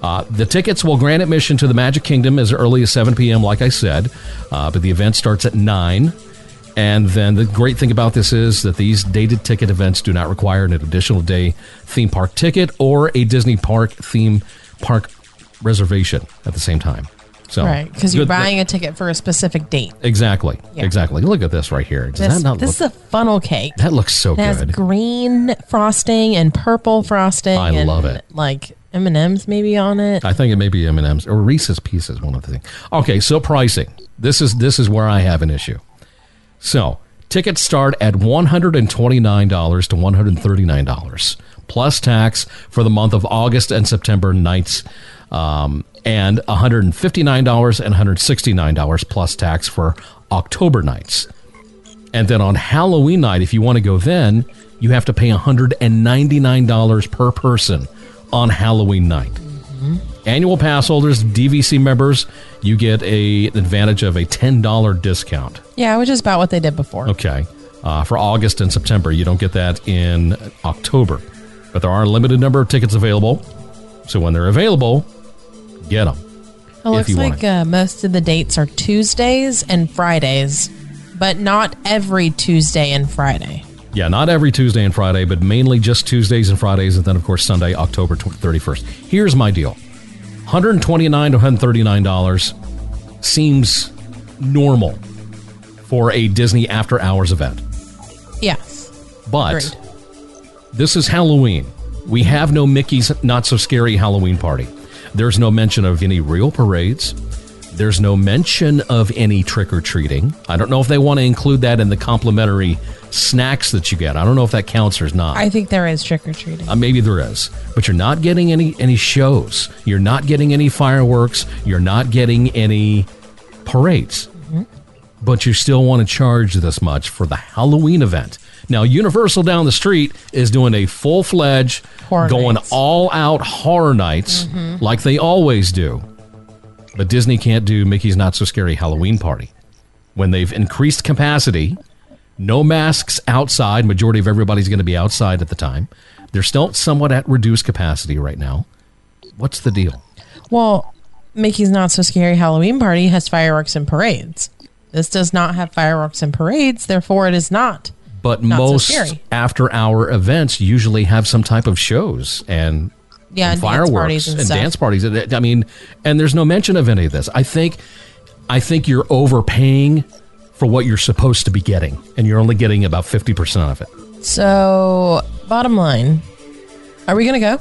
B: Uh, the tickets will grant admission to the Magic Kingdom as early as 7 p.m., like I said, uh, but the event starts at 9. And then the great thing about this is that these dated ticket events do not require an additional day theme park ticket or a Disney park theme park reservation at the same time. So,
J: right, because you're
B: Oh, good-
J: buying a ticket for a specific date.
B: Exactly.
J: Yeah.
B: Exactly. Look at this right here. Does
J: This,
B: that not
J: this
B: look?
J: is a funnel cake.
B: that looks so
J: it has
B: good.
J: green frosting and purple frosting.
B: I
J: and,
B: love it. Uh,
J: Like M and M's maybe on it.
B: I think it may be M and M's or Reese's Pieces. One of the things. Okay, so pricing. This is this is where I have an issue. So tickets start at one hundred and twenty nine dollars to one hundred thirty nine dollars plus tax for the month of August and September nights, um, and one hundred and fifty nine dollars and one hundred sixty nine dollars plus tax for October nights. And then on Halloween night, if you want to go then, you have to pay $199 per person on Halloween night. Annual pass holders, DVC members, you get a an advantage of a $10 discount.
J: Yeah, which is about what they did before.
B: Okay. Uh, for August and September, you don't get that in October. But there are a limited number of tickets available. So when they're available, get them.
J: It looks like uh, most of the dates are Tuesdays and Fridays, but not every Tuesday and Friday.
B: Yeah, not every Tuesday and Friday, but mainly just Tuesdays and Fridays, and then of course Sunday, October tw- 31st. Here's my deal: 129 to 139 dollars seems normal for a Disney after hours event,
J: Yes.
B: but
J: Agreed.
B: this is Halloween. We have no Mickey's Not So Scary Halloween Party. There's no mention of any real parades. There's no mention of any trick or treating. I don't know if they want to include that in the complimentary snacks that you get. I don't know if that counts or not.
J: I think there is trick or treating.
B: Uh, maybe there is, but you're not getting any any shows. You're not getting any fireworks. You're not getting any parades.
J: Mm-hmm.
B: But you still want to charge this much for the Halloween event. Now, Universal down the street is doing a full fledged,
J: Horror
B: going
J: nights.
B: all out horror nights
J: Mhm.
B: like they always do. But Disney can't do Mickey's Not So Scary Halloween Party when they've increased capacity. No masks outside. Majority of everybody's going to be outside at the time. They're still somewhat at reduced capacity right now. What's the deal?
J: Well, Mickey's Not So Scary Halloween Party has fireworks and parades. This does not have fireworks and parades, therefore, it is not.
B: But
J: Not so
B: most
J: scary.
B: after hour events usually have some type of shows and,
J: Yeah,
B: and
J: and dance
B: fireworks
J: parties and stuff.
B: dance parties. I mean, and there's no mention of any of this. I think, I think you're overpaying for what you're supposed to be getting, and you're only getting about fifty percent of it.
J: So, bottom line, are we going to go?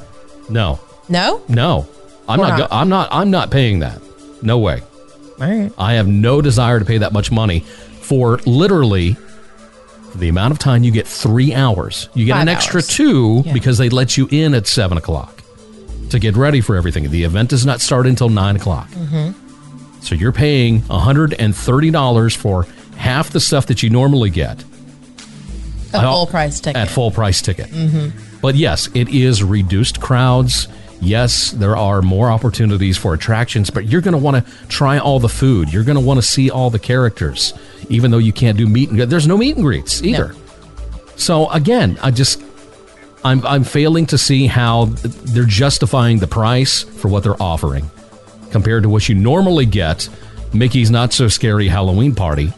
B: No,
J: No?
B: No, I'm
J: Why
B: not, go-
J: not?
B: I'm not. I'm not paying that. No way.
J: All right.
B: I have no desire to pay that much money for literally the amount of time you get. Three hours. You get
G: Five
B: an extra
G: hours.
B: two
G: Yeah.
B: because they let you in at seven o'clock to get ready for everything. The event does not start until nine o'clock.
G: Mm-hmm.
B: So you're paying $130 for half the stuff that you normally get
J: A
B: I'll-
J: full price ticket.
B: at full price ticket.
J: Mm-hmm.
B: But yes, it is reduced crowds. Yes, there are more opportunities for attractions, but you're going to want to try all the food. You're going to want to see all the characters, even though you can't do meet and there's no meet and greets either. So again, I just I'm I'm failing to see how they're justifying the price for what they're offering compared to what you normally get. Mickey's Not So Scary Halloween Party,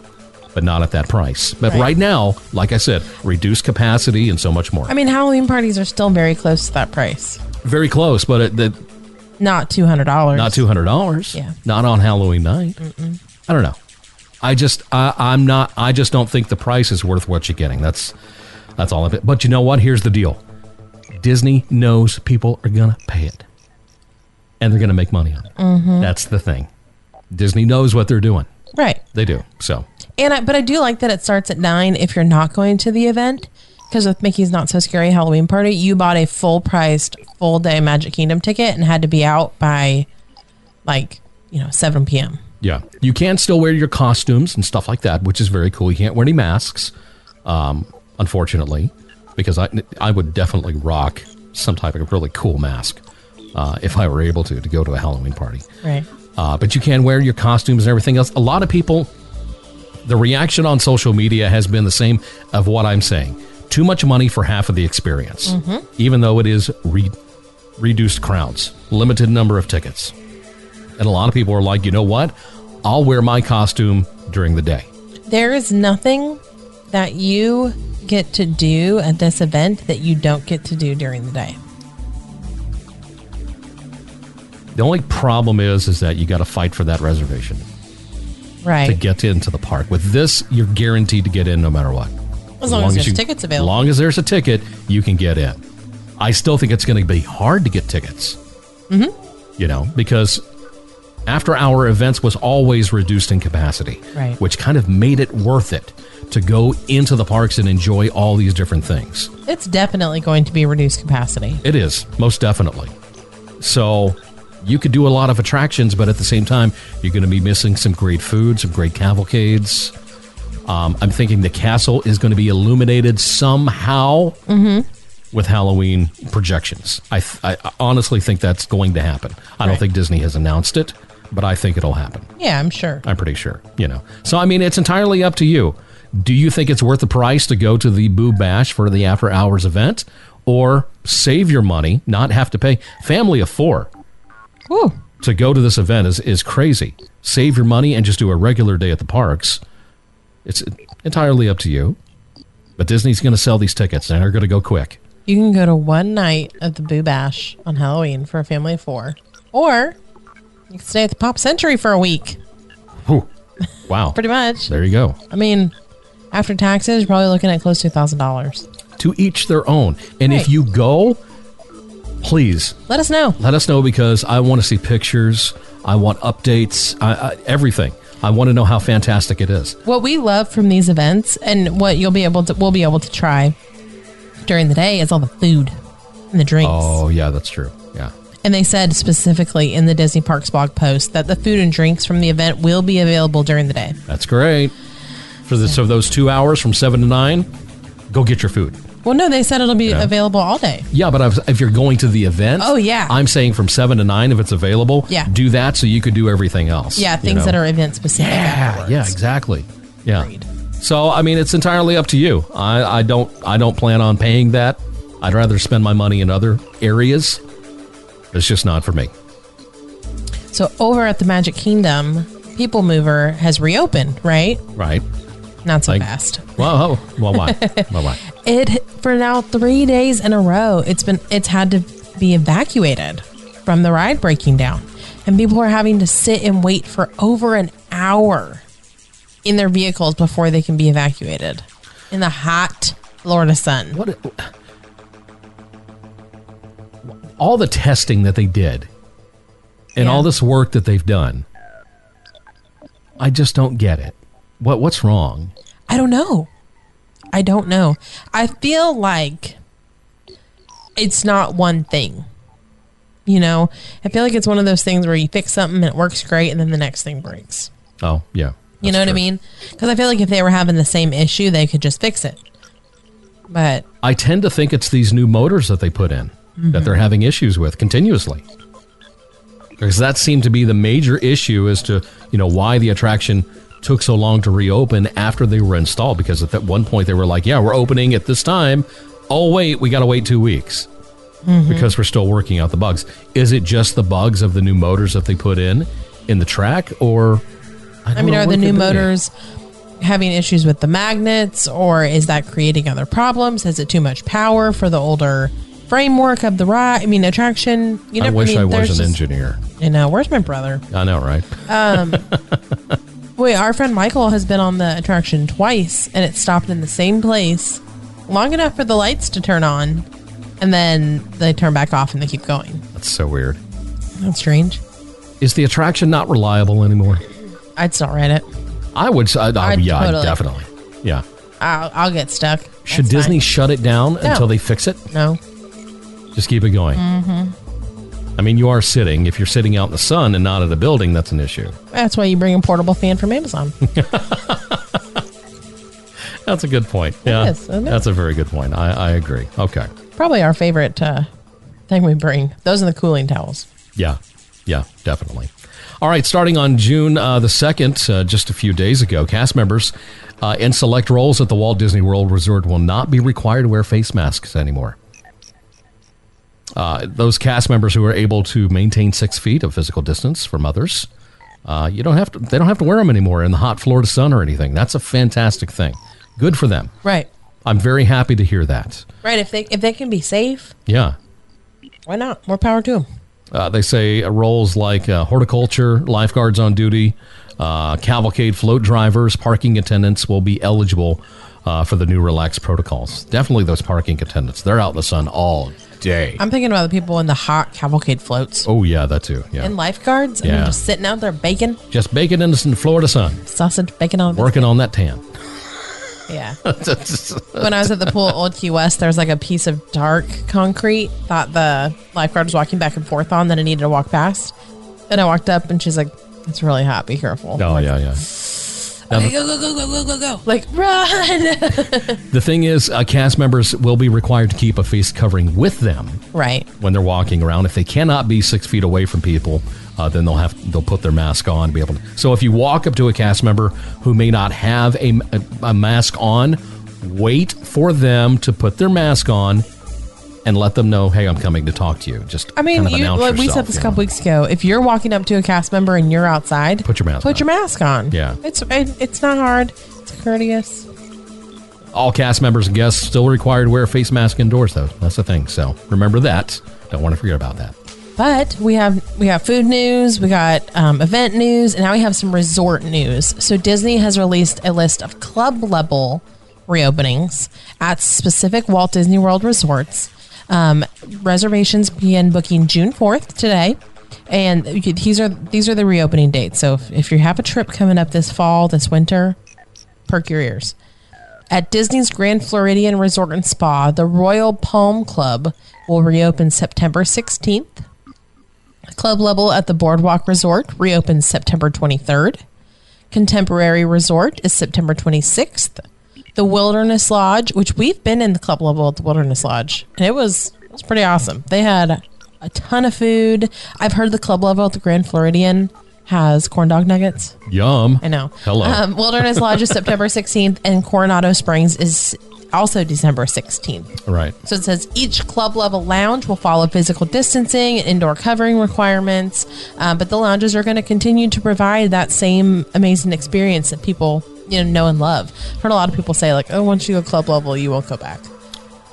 B: but not at that price. But right,
J: Right.
B: now, like I said, reduced capacity and so much more.
J: I mean, Halloween parties are still very close to that price.
B: Very close, but it, that
J: Not two hundred dollars.
B: not two hundred dollars.
J: Yeah.
B: Not on Halloween night. I don't know. I just I, I'm not. I just don't think the price is worth what you're getting. That's that's all of it. But you know what? Here's the deal. Disney knows people are gonna pay it, and they're gonna make money on it.
J: Mhm.
B: That's the thing. Disney knows what they're doing.
J: Right.
B: They do. So
J: And I, but I do like that it starts at nine if you're not going to the event. Because with Mickey's Not So Scary Halloween Party, you bought a full priced full day Magic Kingdom ticket and had to be out by like, you know, 7 p.m.
B: Yeah, you can still wear your costumes and stuff like that, which is very cool. You can't wear any masks, um, unfortunately, because I I would definitely rock some type of really cool mask uh, if I were able to to go to a Halloween party.
J: Right.
B: Uh, but you can wear your costumes and everything else. A lot of people, the reaction on social media has been the same of what I'm saying. Too much money for half of the experience,
L: Mhm.
B: even though it is re- reduced crowds, limited number of tickets. And a lot of people are like, you know what? I'll wear my costume during the day.
J: There is nothing that you get to do at this event that you don't get to do during the day.
B: The only problem is, is that you got to fight for that reservation to
J: Right.
B: get into the park. With this, you're guaranteed to get in no matter what.
J: As long as there's tickets available.
B: As long as there's a ticket, you can get in. I still think it's going to be hard to get tickets.
J: Mhm.
B: You know, because after hour events was always reduced in capacity,
J: Right.
B: which kind of made it worth it to go into the parks and enjoy all these different things.
J: It's definitely going to be reduced capacity.
B: It is, most definitely. So you could do a lot of attractions, but at the same time, you're going to be missing some great food, some great cavalcades. Um, I'm thinking the castle is going to be illuminated somehow
J: Mm-hmm.
B: with Halloween projections. I, th- I I honestly think that's going to happen. I don't
J: Right.
B: think Disney has announced it, but I think it'll happen.
J: Yeah, I'm sure.
B: I'm pretty sure, you know. So I mean, it's entirely up to you. Do you think it's worth the price to go to the Boo Bash for the after hours event, or save your money, not have to pay? Family of four to go to this event is is crazy. Save your money and just do a regular day at the parks. It's entirely up to you. But Disney's going to sell these tickets, and they're going to go quick.
J: You can go to one night of the Boo Bash on Halloween for a family of four, or you can stay at the Pop Century for a week.
B: Whew. Wow.
J: Pretty much.
B: There you go.
J: I mean, after taxes, you're probably looking at close to a thousand dollars.
B: To each their own. And if
J: Right.
B: you go, please
J: Let us know.
B: Let us know because I want to see pictures. I want updates. I, I, everything. I want to know how fantastic it is.
J: What we love from these events, and what you'll be able to, we'll be able to try during the day, is all the food and the drinks.
B: Oh yeah, that's true. Yeah.
J: And they said specifically in the Disney Parks blog post that the food and drinks from the event will be available during the day.
B: That's great. For the, so those two hours from seven to nine, go get your food.
J: Well, no, they said it'll be
B: Yeah.
J: available all day.
B: Yeah, but if- if you're going to the event,
J: Oh, yeah.
B: I'm saying from seven to nine if it's available.
J: Yeah.
B: do that so you could do everything else.
J: Yeah,
B: you
J: things
B: know?
J: that are event specific.
B: Yeah, yeah, exactly. Yeah. So I mean, it's entirely up to you. I, I don't I don't plan on paying that. I'd rather spend my money in other areas. It's just not for me.
J: So over at the Magic Kingdom, People Mover has reopened, right?
B: Right.
J: Not so
B: Like-
J: fast.
B: Well, oh, well, why? well, why?
J: It for now three days in a row. It's been it's had to be evacuated from the ride breaking down, and people are having to sit and wait for over an hour in their vehicles before they can be evacuated in the hot Florida sun.
B: What? All the testing that they did and all this work that they've done, I just don't get it. What what's wrong?
J: I don't know. I don't know. I feel like it's not one thing. You know, I feel like it's one of those things where you fix something and it works great, and then the next thing breaks.
B: Oh yeah,
J: You know what I mean? Because I feel like if they were having the same issue, they could just fix it. But
B: I tend to think it's these new motors that they put in that
J: Mm-hmm.
B: they're having issues with continuously. Because that seemed to be the major issue as to, you know, why the attraction took so long to reopen after they were installed. Because at that one point they were like, yeah, we're opening at this time. Oh, wait, we got to wait two weeks.
J: Mhm.
B: because we're still working out the bugs. Is it just the bugs of the new motors that they put in in the track, or
J: I,
B: don't
J: mean,
B: know
J: are
B: what
J: the
B: it
J: new
B: could be.
J: motors having issues with the magnets, or is that creating other problems? Is it too much power for the older framework of the ride? I mean, attraction. You
B: I
J: never-
B: wish
J: mean,
B: I was an
J: there's just-
B: engineer.
J: You know, where's my brother?
B: I know, right?
J: Um, wait, our friend Michael has been on the attraction twice, and it stopped in the same place long enough for the lights to turn on, and then they turn back off and they keep going.
B: That's so weird.
J: That's strange.
B: Is the attraction not reliable anymore?
J: I'd still ride it.
B: I would. s- I'd- I'd-
J: I'd
B: yeah, I'd
J: totally-
B: definitely. Yeah.
J: I'll, I'll get stuck.
B: Should
J: That's fine.
B: Disney shut it down
J: No.
B: until they fix it?
J: No.
B: Just keep it going.
J: hmm
B: I mean, you are sitting. If you're sitting out in the sun and not at a building, that's an issue.
J: That's why you bring a portable fan from Amazon.
B: That's a good point. Yeah,
J: is, isn't it?
B: that's a very good point. I, I agree. Okay.
J: Probably our favorite uh, thing we bring. Those and the cooling towels.
B: Yeah, yeah, definitely. All right, starting on June uh, the 2nd, uh, just a few days ago, cast members uh, in select roles at the Walt Disney World Resort will not be required to wear face masks anymore. Uh, those cast members who are able to maintain six feet of physical distance from others, uh, you don't have to. They don't have to wear them anymore in the hot Florida sun or anything. That's a fantastic thing. Good for them.
J: Right.
B: I'm very happy to hear that.
J: Right. If they if they can be safe,
B: Yeah,
J: why not? More power to them.
B: Uh, they say uh, roles like uh, horticulture, lifeguards on duty, uh, cavalcade float drivers, parking attendants will be eligible uh, for the new relaxed protocols. Definitely those parking attendants. They're out in the sun all day.
J: I'm thinking about the people in the hot cavalcade floats
B: Oh, yeah, that too. Yeah.
J: and lifeguards. and
B: Yeah.
J: they're just sitting out there baking
B: Just baking in the Florida sun,
J: sausage, baking on.
B: working on that tan. Oh,
J: Yeah. when I was at the pool at Old Key West, there was like a piece of dark concrete that the lifeguard was walking back and forth on that I needed to walk past. And I walked up and she's like, it's really hot. Be careful.
B: Oh, yeah, yeah. Now,
J: Okay,
B: the-
J: go, go, go, go, go, go, go. Like, run.
B: the thing is, uh, cast members will be required to keep a face covering with them
J: right.
B: when they're walking around. If they cannot be six feet away from people, uh, then they'll have they'll put their mask on. Be able to. So if you walk up to a cast member who may not have a, a, a mask on, wait for them to put their mask on and let them know, hey, I'm coming to talk to you. Just
J: I mean,
B: kind of
J: you,
B: announce
J: like we
B: yourself,
J: said this a
B: you
J: couple weeks ago. If you're walking up to a cast member and you're outside,
B: Put your mask
J: Put your mask on.
B: Yeah.
J: It's it, it's not hard. It's courteous.
B: know. all cast members and guests still required to wear a face mask indoors, though. That's the thing. So remember that. Don't want to forget about that.
J: But we have we got food news, we got um, event news, and now we have some resort news. So Disney has released a list of club level reopenings at specific Walt Disney World resorts. Um, reservations begin booking June fourth today, and you could- these are these are the reopening dates. So if, if you have a trip coming up this fall, this winter, perk your ears. At Disney's Grand Floridian Resort and Spa, the Royal Palm Club will reopen September 16th. Club level at the Boardwalk Resort reopens September 23rd. Contemporary Resort is September 26th. The Wilderness Lodge, which we've been in the club level at the Wilderness Lodge, and it was it was pretty awesome. They had a ton of food. I've heard the club level at the Grand Floridian has corn dog nuggets.
B: Yum.
J: I know.
B: Hello.
J: Um, Wilderness Lodge is September 16th, and Coronado Springs is also December 16th.
B: Right.
J: So it says each club level lounge will follow physical distancing and indoor covering requirements, uh, but the lounges are going to continue to provide that same amazing experience that people you know know and love. I've heard a lot of people say like, "Oh, once you go club level, you won't go back."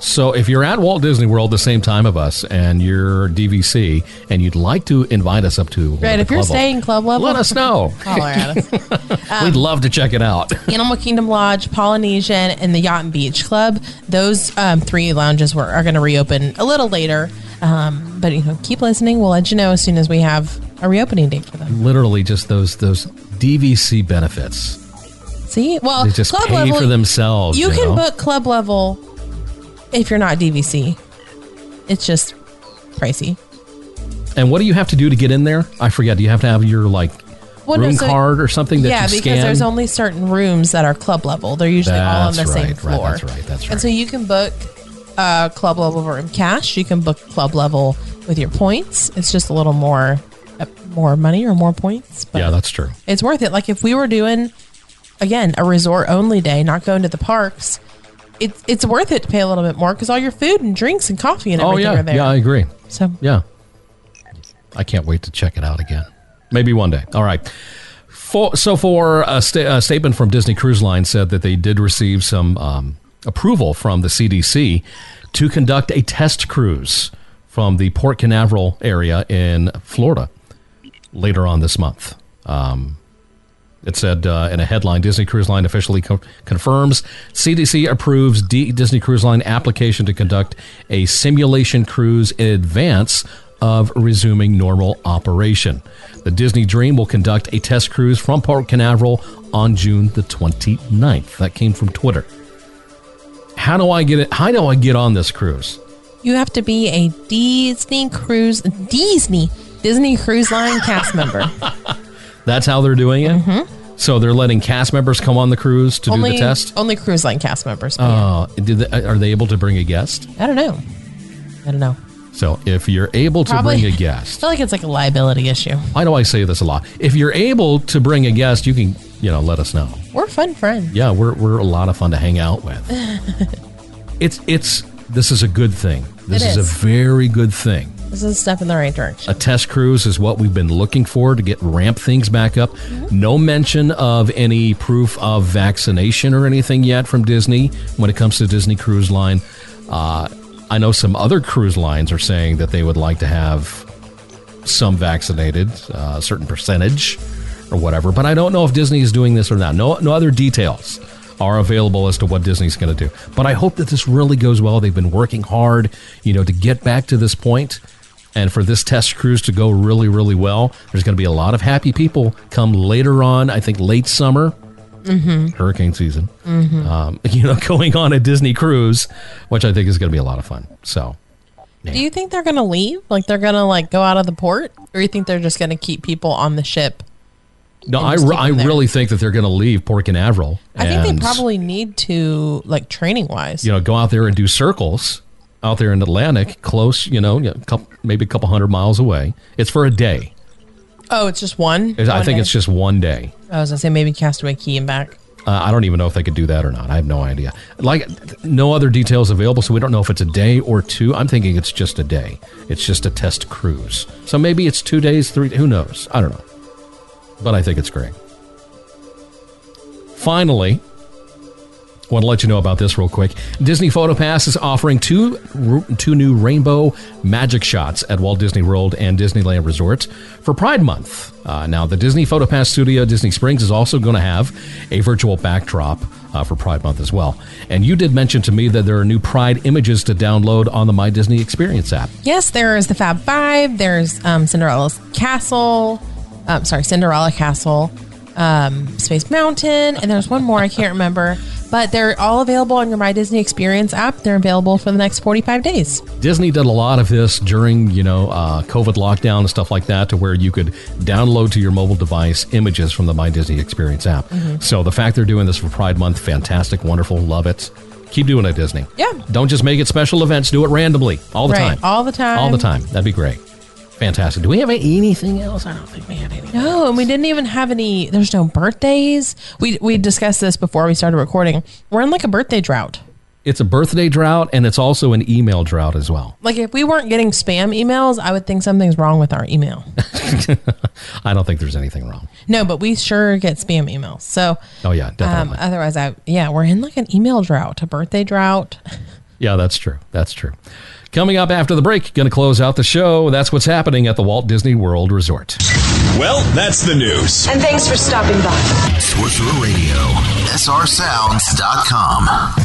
B: So, if you're at Walt Disney World the same time of us and you're DVC and you'd like to invite us up to one of
J: Right?
B: the
J: If you're
B: club level-
J: staying club level,
B: let us know.
J: Holler at us.
B: We'd love to check it out.
J: Animal Kingdom Lodge, Polynesian, and the Yacht and Beach Club. Those um, three lounges were, are going to reopen a little later. Um, but you know, keep listening. We'll let you know as soon as we have a reopening date for them.
B: Literally, just those those DVC benefits.
J: See, well,
B: They just pay for themselves.
J: You,
B: You,
J: can
B: know?
J: book club level if you're not DVC. It's just pricey.
B: And what do you have to do to get in there? I forget. Do you have to have your like
J: Well, no,
B: room
J: so-
B: card or something that
J: yeah,
B: you
J: because
B: scan?
J: there's only certain rooms that are club level. They're usually all on the
B: That's
J: same
B: right, right,
J: floor.
B: that's right, that's
J: And so you can book uh, club level room cash. You can book club level with your points. It's just a little more, uh, more money or more points.
B: yeah, that's true.
J: It's worth it. Like if we were doing again a resort only day, not going to the parks, it's it's worth it to pay a little bit more because all your food and drinks and coffee and
B: oh
J: everything
B: yeah,
J: are there.
B: yeah, I agree.
J: So
B: yeah, I can't wait to check it out again. Maybe one day. All right. For, so for a, sta- a statement from Disney Cruise Line said that they did receive some um, approval from the CDC to conduct a test cruise from the Port Canaveral area in Florida later on this month. Um, it said uh, in a headline Disney Cruise Line officially co- confirms CDC approves D- Disney Cruise Line application to conduct a simulation cruise in advance of resuming normal operation. The Disney Dream will conduct a test cruise from Port Canaveral on June the 29th. That came from Twitter. How do I get it? How do I get on this cruise?
J: you have to be a Disney cruise Disney Disney Cruise Line cast member.
B: That's how they're doing it. So they're letting cast members come on the cruise to
J: only
B: do the test.
J: only cruise line cast members. but
B: Oh, did they, are they able to bring a guest?
J: yeah. I don't know. I don't know.
B: So if you're able to
J: Probably-
B: bring a
J: I
B: guest,
J: feel like it's like a liability issue.
B: why do I say this a lot? If you're able to bring a guest, you can, you know, let us know.
J: We're fun friends.
B: Yeah, we're, we're a lot of fun to hang out with. It's it's this is a good thing. This
J: It
B: is.
J: is.
B: a very good thing.
J: this is a step in the right direction.
B: A test cruise is what we've been looking for to get ramp things back up.
J: Mm-hmm.
B: No mention of any proof of vaccination or anything yet from Disney when it comes to Disney Cruise Line. Uh, I know some other cruise lines are saying that they would like to have some vaccinated, uh, a certain percentage or whatever. But I don't know if Disney is doing this or not. No, no other details are available as to what Disney's going to do. But I hope that this really goes well. They've been working hard, you know, to get back to this point, and for this test cruise to go really, really well. There's going to be a lot of happy people come later on. I think late summer,
J: Mm-hmm.
B: hurricane season.
J: Mhm.
B: Um, you know, going on a Disney cruise, which I think is going to be a lot of fun. So.
J: Do you think they're gonna leave? Like they're gonna like go out of the port, or you think they're just gonna keep people on the ship?
B: No,
J: And
B: I,
J: just
B: re-
J: keep
B: I
J: them there.
B: really think that they're going to leave Port Canaveral.
J: I think
B: and-
J: they probably need to like training wise.
B: you know, go out there and do circles out there in Atlantic, close, you know, a couple, maybe a couple hundred miles away. It's for a day.
J: Oh, it's just one.
B: It's- I
J: One
B: think
J: day?
B: it's just one day.
J: I was gonna say maybe Castaway Key and back.
B: Uh, I don't even know if they could do that or not. I have no idea. Like, th- no other details available, so we don't know if it's a day or two. I'm thinking it's just a day. It's just a test cruise. So maybe it's two days, three. Who knows? I don't know. But I think it's great. Finally, want to let you know about this real quick. Disney PhotoPass is offering two two new rainbow magic shots at Walt Disney World and Disneyland Resort for Pride Month. Uh, now, the Disney PhotoPass Studio at Disney Springs is also going to have a virtual backdrop uh, for Pride Month as well. And you did mention to me that there are new Pride images to download on the My Disney Experience app.
J: Yes, there's the Fab Five. There's um, Cinderella's Castle. Um, sorry, Cinderella Castle, um, Space Mountain, and there's one more I can't remember. But they're all available on your My Disney Experience app. They're available for the next 45 days.
B: Disney did a lot of this during, you know, uh, COVID lockdown and stuff like that, to where you could download to your mobile device images from the My Disney Experience app.
J: Mm-hmm.
L: Mhm.
B: So the fact they're doing this for Pride Month, fantastic, wonderful, love it. Keep doing it, Disney.
J: Yeah.
B: Don't just make it special events. Do it randomly all the time.
J: Right, all the time.
B: All the time. That'd be great. Fantastic. Do we have anything else? I don't think we had anything.
J: No, and we didn't even have any. There's no birthdays. We we discussed this before we started recording. We're in like a birthday drought.
B: It's a birthday drought and it's also an email drought as well.
J: Like if we weren't getting spam emails, I would think something's wrong with our email.
B: I don't think there's anything wrong.
J: No, but we sure get spam emails. So
B: Oh, yeah, definitely.
J: Um, otherwise, I yeah, we're in like an email drought, a birthday drought.
B: Yeah, that's true. That's true. Coming up after the break, going to close out the show. That's what's happening at the Walt Disney World Resort.
G: Well, that's the news.
M: And thanks for stopping by.
D: Sorcerer Radio, srsounds.com.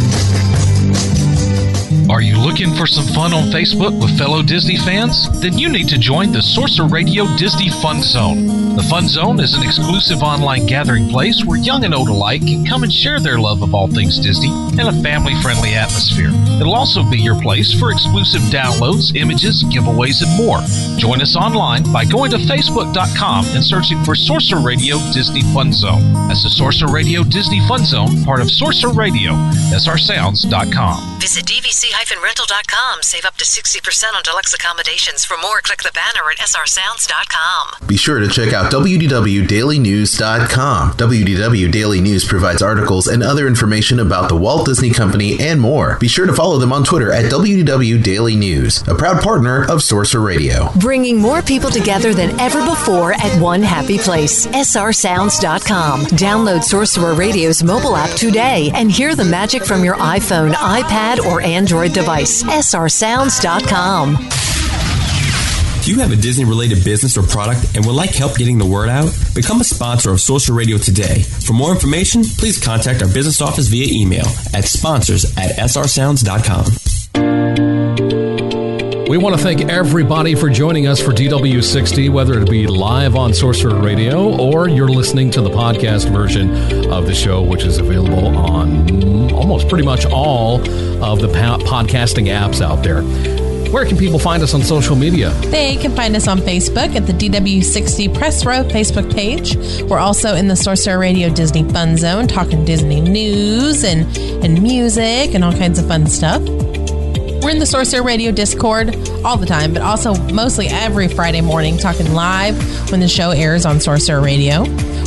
L: Are you looking for some fun on Facebook with fellow Disney fans? Then you need to join the Sorcerer Radio Disney Fun Zone. The Fun Zone is an exclusive online gathering place where young and old alike can come and share their love of all things Disney in a family friendly atmosphere. It'll also be your place for exclusive downloads, images, giveaways, and more. Join us online by going to Facebook.com and searching for Sorcerer Radio Disney Fun Zone. That's the Sorcerer Radio Disney Fun Zone, part of Sorcerer Radio, srsounds.com.
N: Visit dvc-rental.com. Save up to 60% on deluxe accommodations. For more, click the banner at srsounds.com.
D: Be sure to check out WDWDailyNews.com. WDW Daily News provides articles and other information about the Walt Disney Company and more. Be sure to follow them on Twitter at WDW Daily News, a proud partner of Sorcerer Radio.
O: Bringing more people together than ever before at one happy place. srsounds.com. Download Sorcerer Radio's mobile app today and hear the magic from your iPhone, iPad, or Android device. srsounds.com.
P: Do you have a Disney related business or product and would like help getting the word out? Become a sponsor of Social Radio today. For more information, please contact our business office via email at sponsors at srsounds.com.
B: We want to thank everybody for joining us for DW60, whether it be live on Sorcerer Radio or you're listening to the podcast version of the show, which is available on almost pretty much all of the po- podcasting apps out there. Where can people find us on social media?
J: They can find us on Facebook at the DW60 Press Row Facebook page. We're also in the Sorcerer Radio Disney Fun Zone, talking Disney news and, and music and all kinds of fun stuff. We're in the Sorcerer Radio Discord all the time, but also mostly every Friday morning, talking live when the show airs on Sorcerer Radio.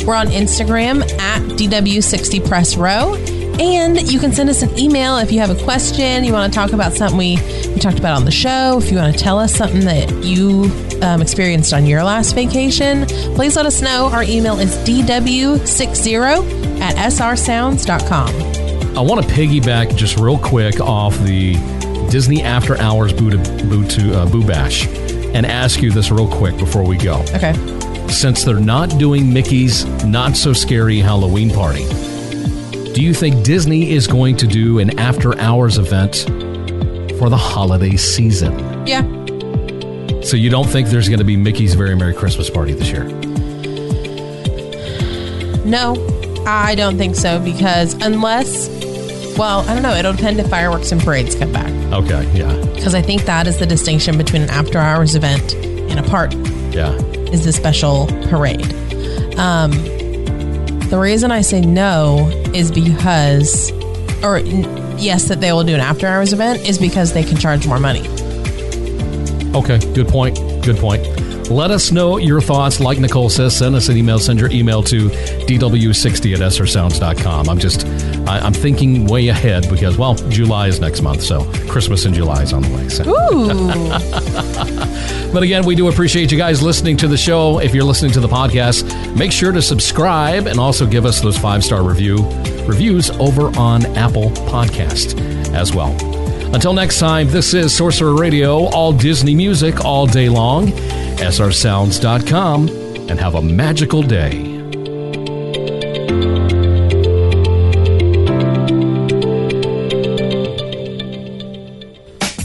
J: We're on Instagram at DW60 Press Row. And you can send us an email if you have a question, you want to talk about something we, we talked about on the show, if you want to tell us something that you um, experienced on your last vacation, please let us know. Our email is dw60 at srsounds.com.
B: I want to piggyback just real quick off the Disney After Hours Boo, to, boo, to, uh, boo Bash and ask you this real quick before we go.
J: Okay.
B: Since they're not doing Mickey's Not So Scary Halloween Party, do you think Disney is going to do an after hours event for the holiday season?
J: Yeah.
B: So you don't think there's going to be Mickey's Very Merry Christmas Party this year?
J: No, I don't think so because unless, well, I don't know. It'll depend if fireworks and parades come back
B: Okay, yeah,
J: because I think that is the distinction between an after hours event and a party
B: yeah.
J: is the special parade. Um, the reason I say no is because, or n- yes, that they will do an after hours event is because they can charge more money.
B: Okay, good point. Good point. Let us know your thoughts. Like Nicole says, send us an email. Send your email to dw60 at srsounds.com. I'm just, I, I'm thinking way ahead because, well, July is next month, so Christmas in July is on the way. So.
J: Ooh.
B: But again, we do appreciate you guys listening to the show. If you're listening to the podcast, make sure to subscribe and also give us those five star review reviews over on Apple Podcast as well. Until next time, this is Sorcerer Radio, all Disney music all day long. srsounds.com and have a magical day.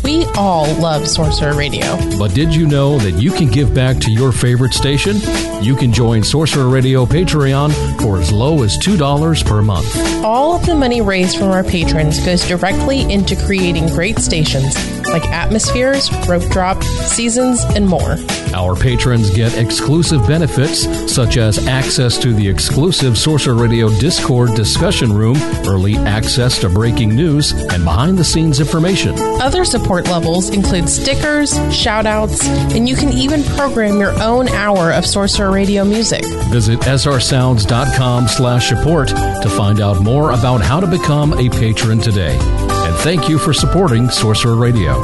J: We all love Sorcerer Radio.
B: But did you know that you can give back to your favorite station? You can join Sorcerer Radio Patreon for as low as $2 per month.
J: All of the money raised from our patrons goes directly into creating great stations like Atmospheres, Rope Drop, Seasons, and more.
B: Our patrons get exclusive benefits such as access to the exclusive Sorcerer Radio Discord discussion room, early access to breaking news, and behind the scenes information.
J: Other support levels include stickers, shout outs, and you can even program your own hour of Sorcerer Radio music.
B: Visit srsounds.com slash support to find out more about how to become a patron today. And thank you for supporting Sorcerer Radio.